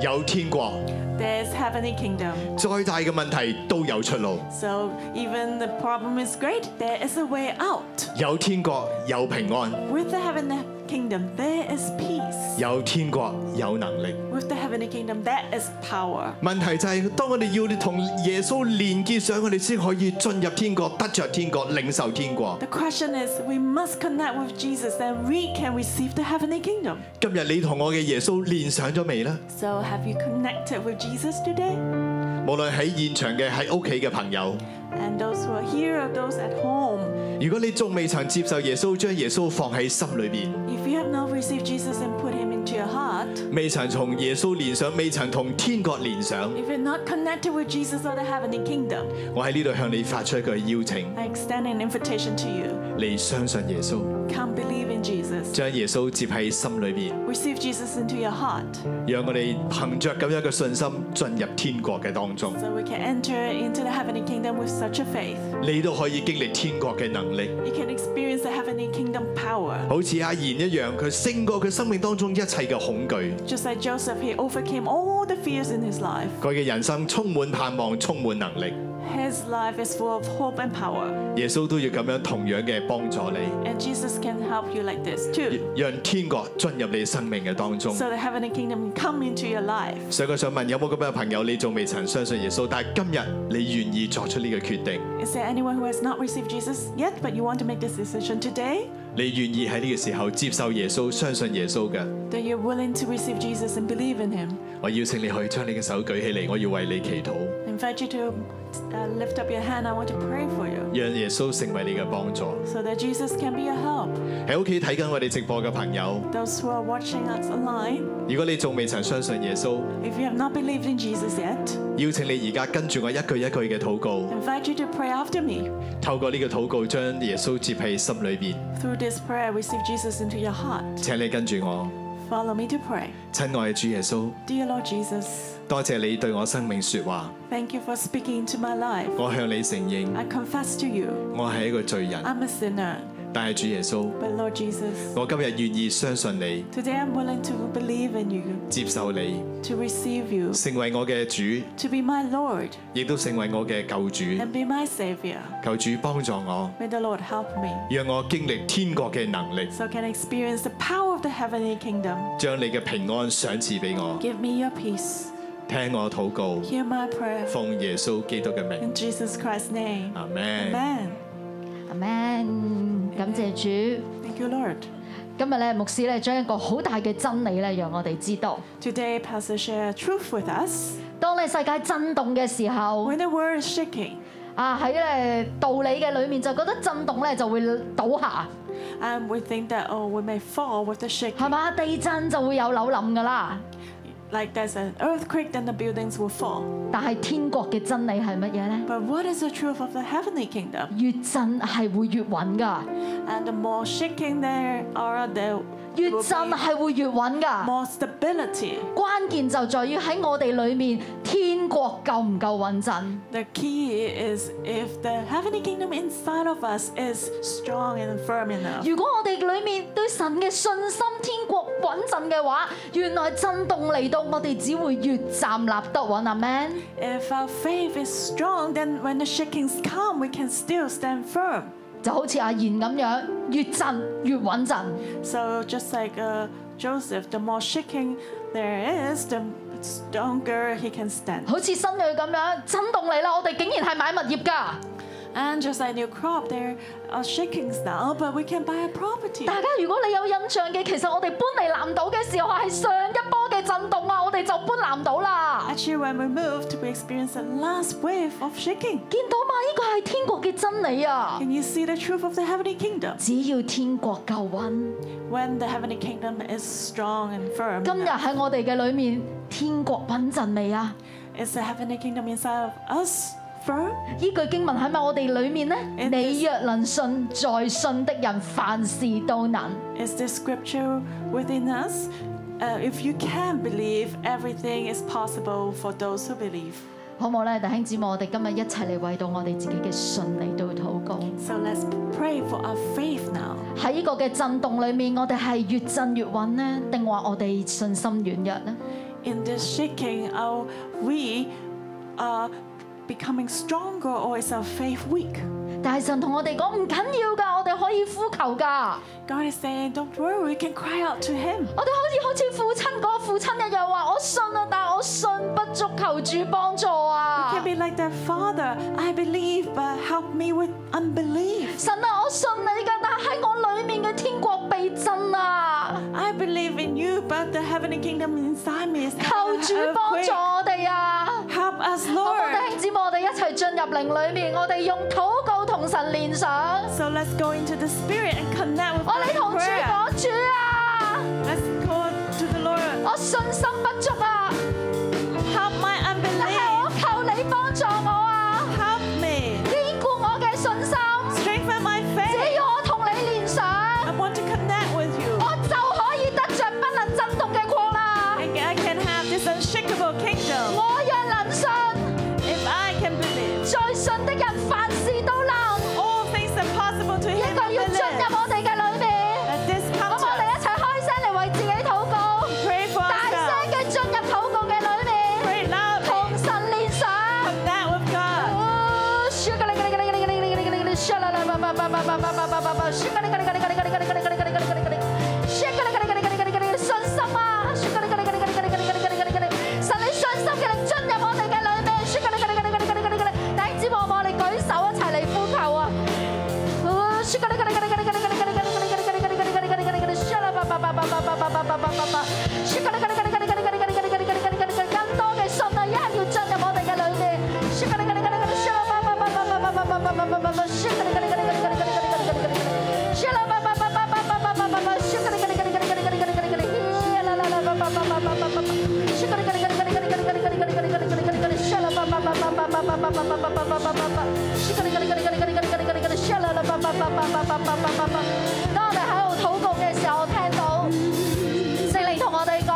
Speaker 1: 有天國，
Speaker 2: there's heavenly kingdom.
Speaker 1: 再大嘅問題都有出路。
Speaker 2: So even the problem is great, there is a way out.
Speaker 1: 有天國有平安，
Speaker 2: With the heavenly kingdom, there is peace.
Speaker 1: 有天國有能力。
Speaker 2: With the heavenly kingdom, there is power.
Speaker 1: 問題就係、當我哋要同耶穌連結上，我哋先可以進入天國，得着天國，領受天國。
Speaker 2: The question is, we must connect with Jesus, then we can receive the heavenly kingdom.
Speaker 1: 今日你同我嘅耶穌連上咗未呢？
Speaker 2: So have you connected with Jesus today?
Speaker 1: 無論喺現場嘅，喺屋企嘅朋友，
Speaker 2: And those who are here or those at home,
Speaker 1: 如果你仲未曾接受耶穌，將耶穌放喺心裏邊。
Speaker 2: if you have not received Jesus and put him into your heart,
Speaker 1: 未曾從耶穌連上，未曾同天國連上，
Speaker 2: if you're not connected with Jesus or the heavenly kingdom,
Speaker 1: 我喺呢度向你發出一個邀請，
Speaker 2: I extend an invitation to you.
Speaker 1: 你相信耶穌，
Speaker 2: Come believe in Jesus.
Speaker 1: 將耶穌接喺心裏邊，
Speaker 2: Receive Jesus into your heart
Speaker 1: 讓我哋憑着咁樣嘅信心進入天國嘅當中，
Speaker 2: so we can enter into the heavenly kingdom with such a faith.
Speaker 1: 你都可以經歷天國嘅能力，
Speaker 2: You can experience the heavenly kingdom power.
Speaker 1: 好似阿賢一樣，佢勝過佢生命當中一切嘅恐懼，
Speaker 2: Just like Joseph, he overcame all the fears in his life.
Speaker 1: 佢嘅人生充滿盼望，充滿能力。
Speaker 2: His life is full of hope and power,
Speaker 1: 耶穌都要咁樣同樣嘅幫助你，
Speaker 2: and Jesus can help you like this too.
Speaker 1: 讓天國進入你生命嘅當中。
Speaker 2: So the heavenly kingdom come into your life.
Speaker 1: 所以我想問，有冇咁樣嘅朋友，你仲未曾相信耶穌，但係今日你願意作出呢個決定？
Speaker 2: Is there anyone who has not received Jesus yet, but you want to make this decision today?
Speaker 1: 你願意喺呢個時候接受耶穌、相信耶穌嘅，
Speaker 2: That you're willing to receive Jesus and believe in Him?
Speaker 1: 我邀請你去將你嘅手舉起嚟，我要為你祈禱，
Speaker 2: I invite you to uh, lift up your hand. I want to pray for you
Speaker 1: 讓耶穌成為你嘅幫助。
Speaker 2: so that Jesus can be your help.
Speaker 1: 喺屋企睇緊我哋直播嘅朋友，
Speaker 2: Those who are watching us online,
Speaker 1: 如果你仲未曾相信耶穌，
Speaker 2: if you have not believed in Jesus yet,
Speaker 1: 邀請你而家跟住我一句一句嘅禱告
Speaker 2: I，invite you to pray after me.
Speaker 1: 透過呢個禱告將耶穌接喺心裏邊。
Speaker 2: Through this prayer, receive Jesus into your heart.
Speaker 1: 請你跟住我，
Speaker 2: Follow me to pray.
Speaker 1: 親愛嘅主耶穌，
Speaker 2: Dear Lord Jesus,
Speaker 1: 多謝你對我生命說話，
Speaker 2: thank you for speaking into my life.
Speaker 1: 我向你承認，
Speaker 2: I confess to you,
Speaker 1: 我係一個罪人，
Speaker 2: I'm a sinner.
Speaker 1: 但係主耶穌，
Speaker 2: But Lord Jesus,
Speaker 1: 我今日願意相信你，
Speaker 2: today I'm willing to believe in you,
Speaker 1: 接受你，
Speaker 2: to receive you,
Speaker 1: 成為我嘅主，
Speaker 2: to be my Lord
Speaker 1: 亦都成為我嘅救主。
Speaker 2: and be my Savior.
Speaker 1: 求主幫助我，
Speaker 2: May the Lord help me
Speaker 1: 讓我經歷天國嘅能力，
Speaker 2: so I can experience the power of the heavenly kingdom.
Speaker 1: 將你嘅平安賞賜俾我。
Speaker 2: Give me your peace.
Speaker 1: 聽我禱告，
Speaker 2: Hear my prayer.
Speaker 1: 奉耶穌基督嘅名，
Speaker 2: In Jesus Christ's name.
Speaker 1: 阿門。
Speaker 2: Amen.
Speaker 5: 阿 Man，感謝主。
Speaker 2: Thank you, Lord.
Speaker 5: 今日咧，牧師咧將一個好大嘅真理咧，讓我哋知道。
Speaker 2: Today, Pastor share truth with us.
Speaker 5: 當你世界震動嘅時候，
Speaker 2: When the world is shaking,
Speaker 5: 啊喺咧道理嘅裏面就覺得震動咧就會倒下，
Speaker 2: and we think that oh, we may fall with the
Speaker 5: 係
Speaker 2: shaking.
Speaker 5: 嘛？地震就會有樓冧噶啦。
Speaker 2: Like there's an earthquake, then the buildings will fall.
Speaker 5: 但係天國嘅真理係乜嘢呢？
Speaker 2: But what is the truth of the heavenly kingdom?
Speaker 5: 越震係會越穩噶，
Speaker 2: And the more shaking there are, there
Speaker 5: 越
Speaker 2: will
Speaker 5: 震
Speaker 2: be
Speaker 5: 係會越穩噶。
Speaker 2: more stability.
Speaker 5: 關鍵就在於喺我哋裏面，天國夠唔夠穩陣？
Speaker 2: The key is if the heavenly kingdom inside of us is strong and firm enough.
Speaker 5: 如果我哋裏面對神嘅信心，天國穩陣嘅話，原來震動嚟到，我哋只會越站立得穩啊！Man，
Speaker 2: If our faith is strong, then when the shakings come, we can still stand firm.
Speaker 5: 就好似阿賢咁樣，越震越穩陣。
Speaker 2: So just like uh, Joseph, the more shaking there is, the stronger he can stand.
Speaker 5: 好似新女咁樣，震動嚟啦，我哋竟然係買物業㗎。
Speaker 2: And just like new crop, there are shakings now, but we can buy a property.
Speaker 5: 大家如果你有印象嘅，其實我哋搬嚟南島嘅時候係上一波嘅震動啊，我哋就搬南島啦。
Speaker 2: Actually, when we moved, we experienced the last wave of shaking.
Speaker 5: 見到嘛？呢個係天國嘅真理啊！
Speaker 2: Can you see the truth of the heavenly kingdom?
Speaker 5: 只要天國夠穩，
Speaker 2: When the heavenly kingdom is strong and firm,
Speaker 5: 今日喺我哋嘅裏面，天國穩陣未啊？
Speaker 2: is the heavenly kingdom inside of us firm?
Speaker 5: 呢句經文喺咪我哋裏面呢？
Speaker 2: It is-
Speaker 5: 你若能信，在信的人凡事都能。
Speaker 2: Is this scripture within us? Uh, if you can believe, everything is possible for those who believe.
Speaker 5: 好唔好呢？弟兄姊妹，我哋今日一齊嚟為到我哋自己嘅信嚟到禱告。
Speaker 2: So let's pray for our faith now.
Speaker 5: 喺呢個嘅震動裏面，我哋係越震越穩呢？定話我哋信心軟弱呢？
Speaker 2: In this shaking, are we are becoming stronger or is our faith weak?
Speaker 5: 但係神同我哋講唔緊要㗎，我哋可以呼求㗎。
Speaker 2: God is saying, don't worry, we can cry out to Him.
Speaker 5: 我哋好似好似父親嗰個父親一樣話：我信啊，但係我信不足，求主幫助
Speaker 2: We
Speaker 5: 啊
Speaker 2: can！be like that, Father, I believe, but help me with unbelief.
Speaker 5: 神啊，我信你㗎，但係喺我裏面嘅天國被震啊！
Speaker 2: I believe in you, but the heavenly kingdom inside me is
Speaker 5: 求主幫助
Speaker 2: earthquake.
Speaker 5: 我哋啊！
Speaker 2: Help us,
Speaker 5: 好冇
Speaker 2: Lord.
Speaker 5: 弟兄姊妹，我哋一齊進入靈裏面，我哋用禱告同神連上，
Speaker 2: So let's go into the spirit and connect with
Speaker 5: 我哋
Speaker 2: God's
Speaker 5: 同主
Speaker 2: prayer.
Speaker 5: 講主啊，
Speaker 2: Let's go to the Lord.
Speaker 5: 我信心不足啊，
Speaker 2: Help my
Speaker 5: 但係
Speaker 2: unbelief.
Speaker 5: 我求你幫助我啊，
Speaker 2: Help me.
Speaker 5: 堅固我嘅信心，
Speaker 2: Strengthen my
Speaker 5: 只
Speaker 2: faith.
Speaker 5: 要我同你連上，
Speaker 2: I want to connect with you.
Speaker 5: 我就可以得着不能震動嘅國啦。
Speaker 2: I I can have this unshakable kingdom
Speaker 5: 我若能信，
Speaker 2: if I can believe.
Speaker 5: 在信的人凡事都能，
Speaker 2: All things are possible to
Speaker 5: 呢
Speaker 2: him
Speaker 5: 個
Speaker 2: who
Speaker 5: 要進
Speaker 2: believes.
Speaker 5: 入我哋嘅裏面。
Speaker 2: Let this
Speaker 5: 咁
Speaker 2: come to
Speaker 5: 我哋
Speaker 2: us.
Speaker 5: 一齊開聲嚟為自己禱告。
Speaker 2: Pray for
Speaker 5: 大
Speaker 2: ourselves.
Speaker 5: 聲嘅進入呢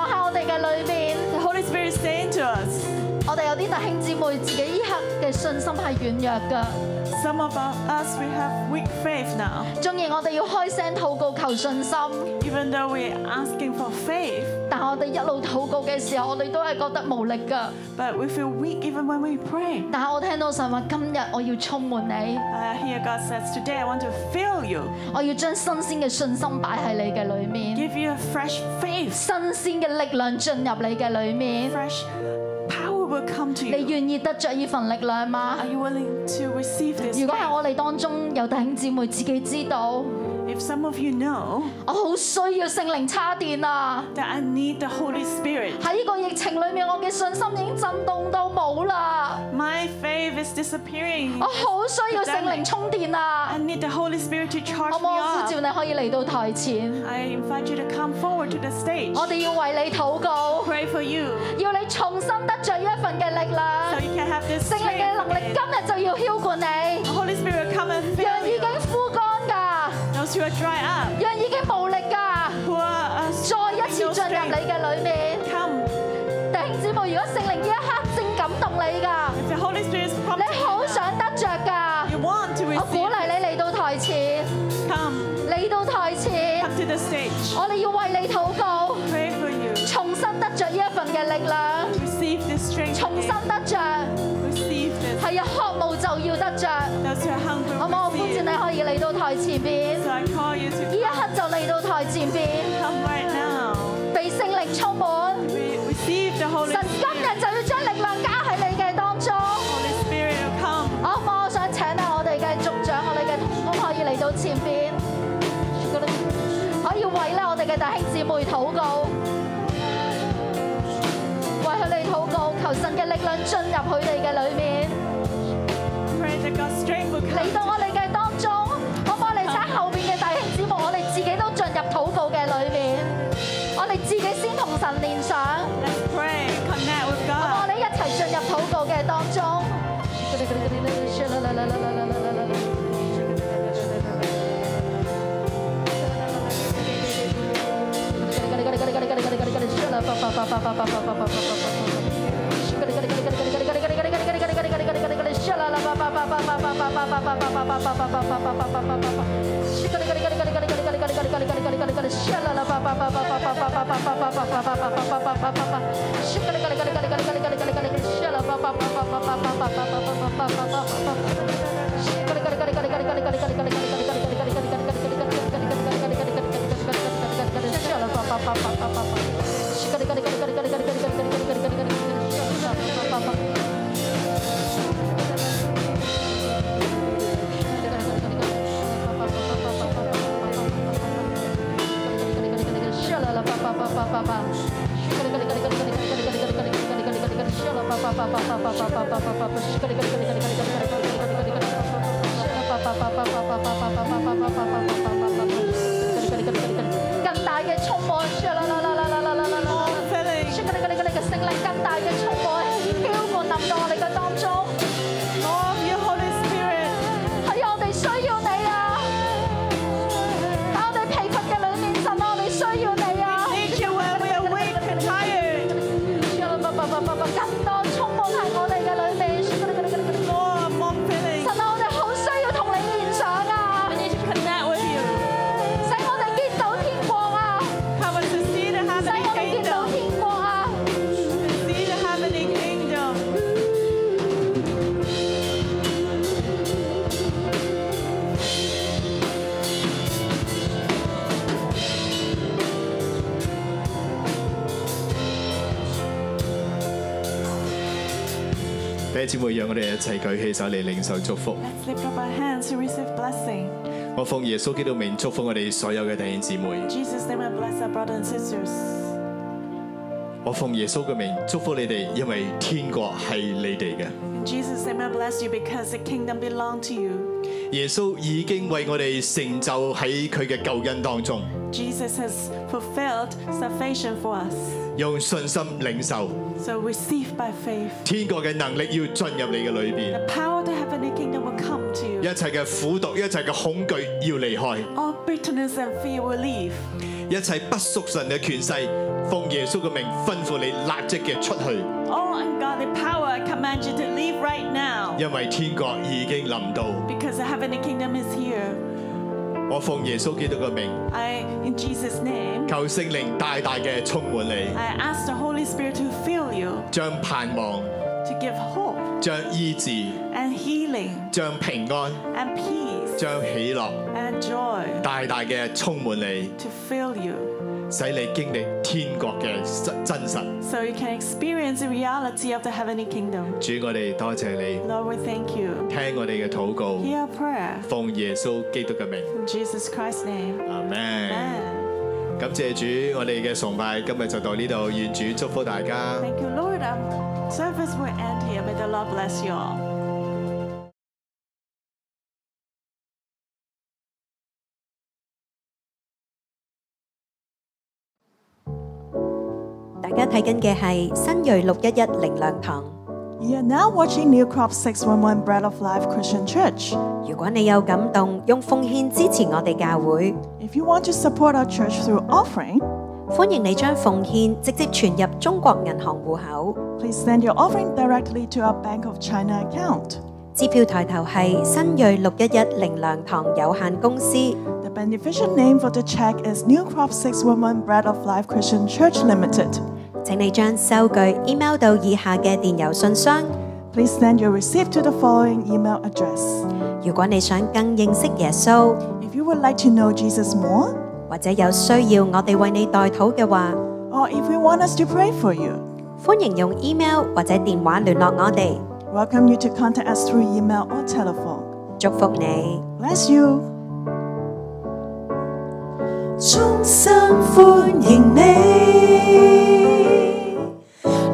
Speaker 2: The Holy Spirit is saying to us,
Speaker 5: 我哋有啲弟兄姊妹自己依刻嘅信心係軟弱㗎。
Speaker 2: some of us, we have weak faith now.
Speaker 5: 縱然我哋要開聲禱告求信心，
Speaker 2: Even though we're asking for faith,
Speaker 5: 但我哋一路禱告嘅時候，我哋都係覺得無力噶。
Speaker 2: but we feel weak even when we pray.
Speaker 5: 但係我聽到神話，今日我要充滿你，
Speaker 2: Uh, here God says, today I want to fill you,
Speaker 5: 我要將新鮮嘅信心擺喺你嘅裏面，
Speaker 2: give you a fresh faith,
Speaker 5: 新鮮嘅力量進入你嘅裏面。
Speaker 2: fresh power will come to
Speaker 5: 你
Speaker 2: you.
Speaker 5: 願意得着呢份力量嗎
Speaker 2: Are？you willing to receive this?
Speaker 5: 如果係
Speaker 2: faith?
Speaker 5: 我哋當中有弟兄姊妹自己知道，
Speaker 2: If some of you know
Speaker 5: 我好需要聖靈叉電啊！
Speaker 2: that I need the Holy Spirit,
Speaker 5: 喺呢個疫情裏面，我嘅信心已經震動到冇啦，
Speaker 2: my faith is disappearing.
Speaker 5: 我好需要聖靈充電啊
Speaker 2: I！need the Holy Spirit to charge
Speaker 5: 好
Speaker 2: me
Speaker 5: 冇？我呼召
Speaker 2: up.
Speaker 5: 你可以嚟到台前，
Speaker 2: I invite you to come forward to the stage.
Speaker 5: 我哋要為你禱告，
Speaker 2: Pray for you
Speaker 5: 要你重新得着一份嘅力
Speaker 2: so
Speaker 5: 量，
Speaker 2: you can have this
Speaker 5: 聖靈嘅
Speaker 2: faith
Speaker 5: 能力
Speaker 2: again.
Speaker 5: 今日就要澆灌你，
Speaker 2: The Holy Spirit will come and
Speaker 5: 讓
Speaker 2: fill
Speaker 5: 已
Speaker 2: you.
Speaker 5: 經枯乾㗎，
Speaker 2: Those who are dry up,
Speaker 5: 讓已經無力㗎，
Speaker 2: who are uh,
Speaker 5: 再一
Speaker 2: struggling,
Speaker 5: 次
Speaker 2: no
Speaker 5: 進入
Speaker 2: strength,
Speaker 5: 你嘅裏面。
Speaker 2: come.
Speaker 5: 弟兄姊妹，如果聖靈呢一刻正感動你㗎，
Speaker 2: If the Holy Spirit is
Speaker 5: 你
Speaker 2: prompting
Speaker 5: 好
Speaker 2: you, now,
Speaker 5: 想得着㗎，
Speaker 2: you want to
Speaker 5: 我鼓
Speaker 2: receive,
Speaker 5: 勵你嚟到台前，
Speaker 2: come.
Speaker 5: 嚟到台前，
Speaker 2: Come to the stage.
Speaker 5: 我哋要為你禱告，
Speaker 2: Pray for you.
Speaker 5: 重新得着呢一份嘅力量，
Speaker 2: Receive this strength.
Speaker 5: 重新
Speaker 2: again.
Speaker 5: 得着。
Speaker 2: Receive this.
Speaker 5: 係啊，渴慕就要得着，
Speaker 2: Those who are
Speaker 5: 好冇？我
Speaker 2: hungry,
Speaker 5: 呼召
Speaker 2: receive.
Speaker 5: 你可以嚟到台前邊，
Speaker 2: So I call you
Speaker 5: 呢
Speaker 2: to
Speaker 5: 一刻就嚟到台前邊，
Speaker 2: come right now.
Speaker 5: 被聖靈充滿。
Speaker 2: We receive the Holy
Speaker 5: 神今
Speaker 2: Spirit.
Speaker 5: 日就要將力量加喺你嘅當中，
Speaker 2: Holy Spirit will come.
Speaker 5: 好冇？我想請啊，我哋嘅族長，我哋嘅同工可以嚟到前邊，可以為咧我哋嘅弟兄姊妹禱告，為佢哋禱告，求神嘅力量進入佢哋嘅裏面。
Speaker 2: Pray that God's strength will
Speaker 5: 嚟
Speaker 2: come.
Speaker 5: 到我哋嘅當中，可唔可以嚟睇後面嘅弟兄姊妹？我哋自己都進入禱告嘅裏面，我哋自己先同神連上，
Speaker 2: Let's pray. Connect with
Speaker 5: 好唔好我
Speaker 2: God.
Speaker 5: 哋一齊進入禱告嘅當中。更大嘅充滿，啦啦啦啦啦啦啦啦
Speaker 2: More
Speaker 5: 啦！
Speaker 2: filling.
Speaker 5: 我哋嘅聖靈更大嘅充滿，澆灌臨到我哋嘅當中。
Speaker 2: More of your Holy Spirit.
Speaker 5: 喺我哋需要你啊！喺我哋疲乏嘅裏面，神啊，我哋需要你啊！
Speaker 2: Need you when we are weak and tired.
Speaker 5: 更多充滿喺我哋嘅裏面，神
Speaker 2: More, more filling.
Speaker 5: 啊，我哋好需要同你連上啊
Speaker 2: I！need to connect with you.
Speaker 5: 使我哋見到天國啊！
Speaker 2: Help us to see the
Speaker 5: 使我
Speaker 2: heavenly
Speaker 5: 哋見到
Speaker 2: kingdom.
Speaker 5: 天國啊！
Speaker 2: See the heavenly kingdom.
Speaker 1: 弟兄姊妹，讓我哋一齊舉起手嚟領受祝福。
Speaker 2: Let's lift up our hands to receive blessing.
Speaker 1: 我奉耶穌基督名祝福我哋所有嘅弟兄姊妹。
Speaker 2: Jesus' name, I bless our brothers and sisters.
Speaker 1: 我奉耶穌嘅名祝福你哋，因為天國係你哋嘅。
Speaker 2: In Jesus' name, I bless you because the kingdom belongs to you.
Speaker 1: 耶穌已經為我哋成就喺佢嘅救恩當中，
Speaker 2: Jesus has fulfilled salvation for us.
Speaker 1: 用信心領受
Speaker 2: So receive by faith.
Speaker 1: 天國嘅能力要進入你嘅裏邊，
Speaker 2: The power of the heavenly kingdom will come to you.
Speaker 1: 一切嘅苦毒、一切嘅恐懼要離開，
Speaker 2: All bitterness and fear will leave.
Speaker 1: 一切不屬神嘅權勢，奉耶穌嘅名吩咐你立即嘅出去，
Speaker 2: All ungodly power I command you to leave right now.
Speaker 1: 因為天國已經臨到。
Speaker 2: Because the heavenly kingdom is here.
Speaker 1: 我奉耶穌基督嘅名，
Speaker 2: I, in Jesus' name,
Speaker 1: 求聖靈大大嘅充滿你，
Speaker 2: I ask the Holy Spirit to fill you,
Speaker 1: 將盼望、
Speaker 2: to give hope
Speaker 1: 將醫治、
Speaker 2: and healing
Speaker 1: 將平安、
Speaker 2: and peace
Speaker 1: 將喜樂
Speaker 2: and joy
Speaker 1: 大大嘅充滿你，
Speaker 2: to fill you
Speaker 1: 使你經歷天國嘅真真實。
Speaker 2: so you can experience the reality of the heavenly kingdom.
Speaker 1: 主，我哋多謝你，
Speaker 2: Lord, we thank you.
Speaker 1: 聽我哋嘅禱告。
Speaker 2: Hear our prayer.
Speaker 1: 奉耶穌基督嘅名，
Speaker 2: In Jesus Christ's name.
Speaker 1: 阿門。
Speaker 2: Amen.
Speaker 1: 感謝主，我哋嘅崇拜今日就到呢度，願主祝福大家。
Speaker 2: Thank you, Lord. Our service will end here. May the Lord bless you all. You are now watching New Crop 611 Bread of Life Christian Church.
Speaker 6: 大家睇緊嘅係新锐六一一靈糧堂。如果你有感動，用奉獻支持我哋教會，歡迎你將奉獻直接存入中間收據機，
Speaker 2: If you want to support our church through offering,
Speaker 6: 中國銀行户口。支票抬頭係新锐六一一靈糧堂，
Speaker 2: please send your offering directly to our Bank of China account.
Speaker 6: 有限公司。
Speaker 2: The beneficial name for the check is New Crop 611 Bread of Life Christian Church Limited.
Speaker 6: 請你將收據 email 到以下嘅電郵信箱。
Speaker 2: Please send your receipt to the following email address.
Speaker 6: 如果你想更認識耶穌，
Speaker 2: If you would like to know Jesus more,
Speaker 6: 或者有需要我哋為你代禱嘅話，
Speaker 2: or if you want us to pray for you,
Speaker 6: 歡迎用 email 或者電話聯絡我哋。
Speaker 2: welcome you to contact us through email or telephone.
Speaker 6: 祝福你。
Speaker 2: Bless you.
Speaker 4: 衷心歡迎你，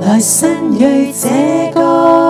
Speaker 4: 來新蕊這個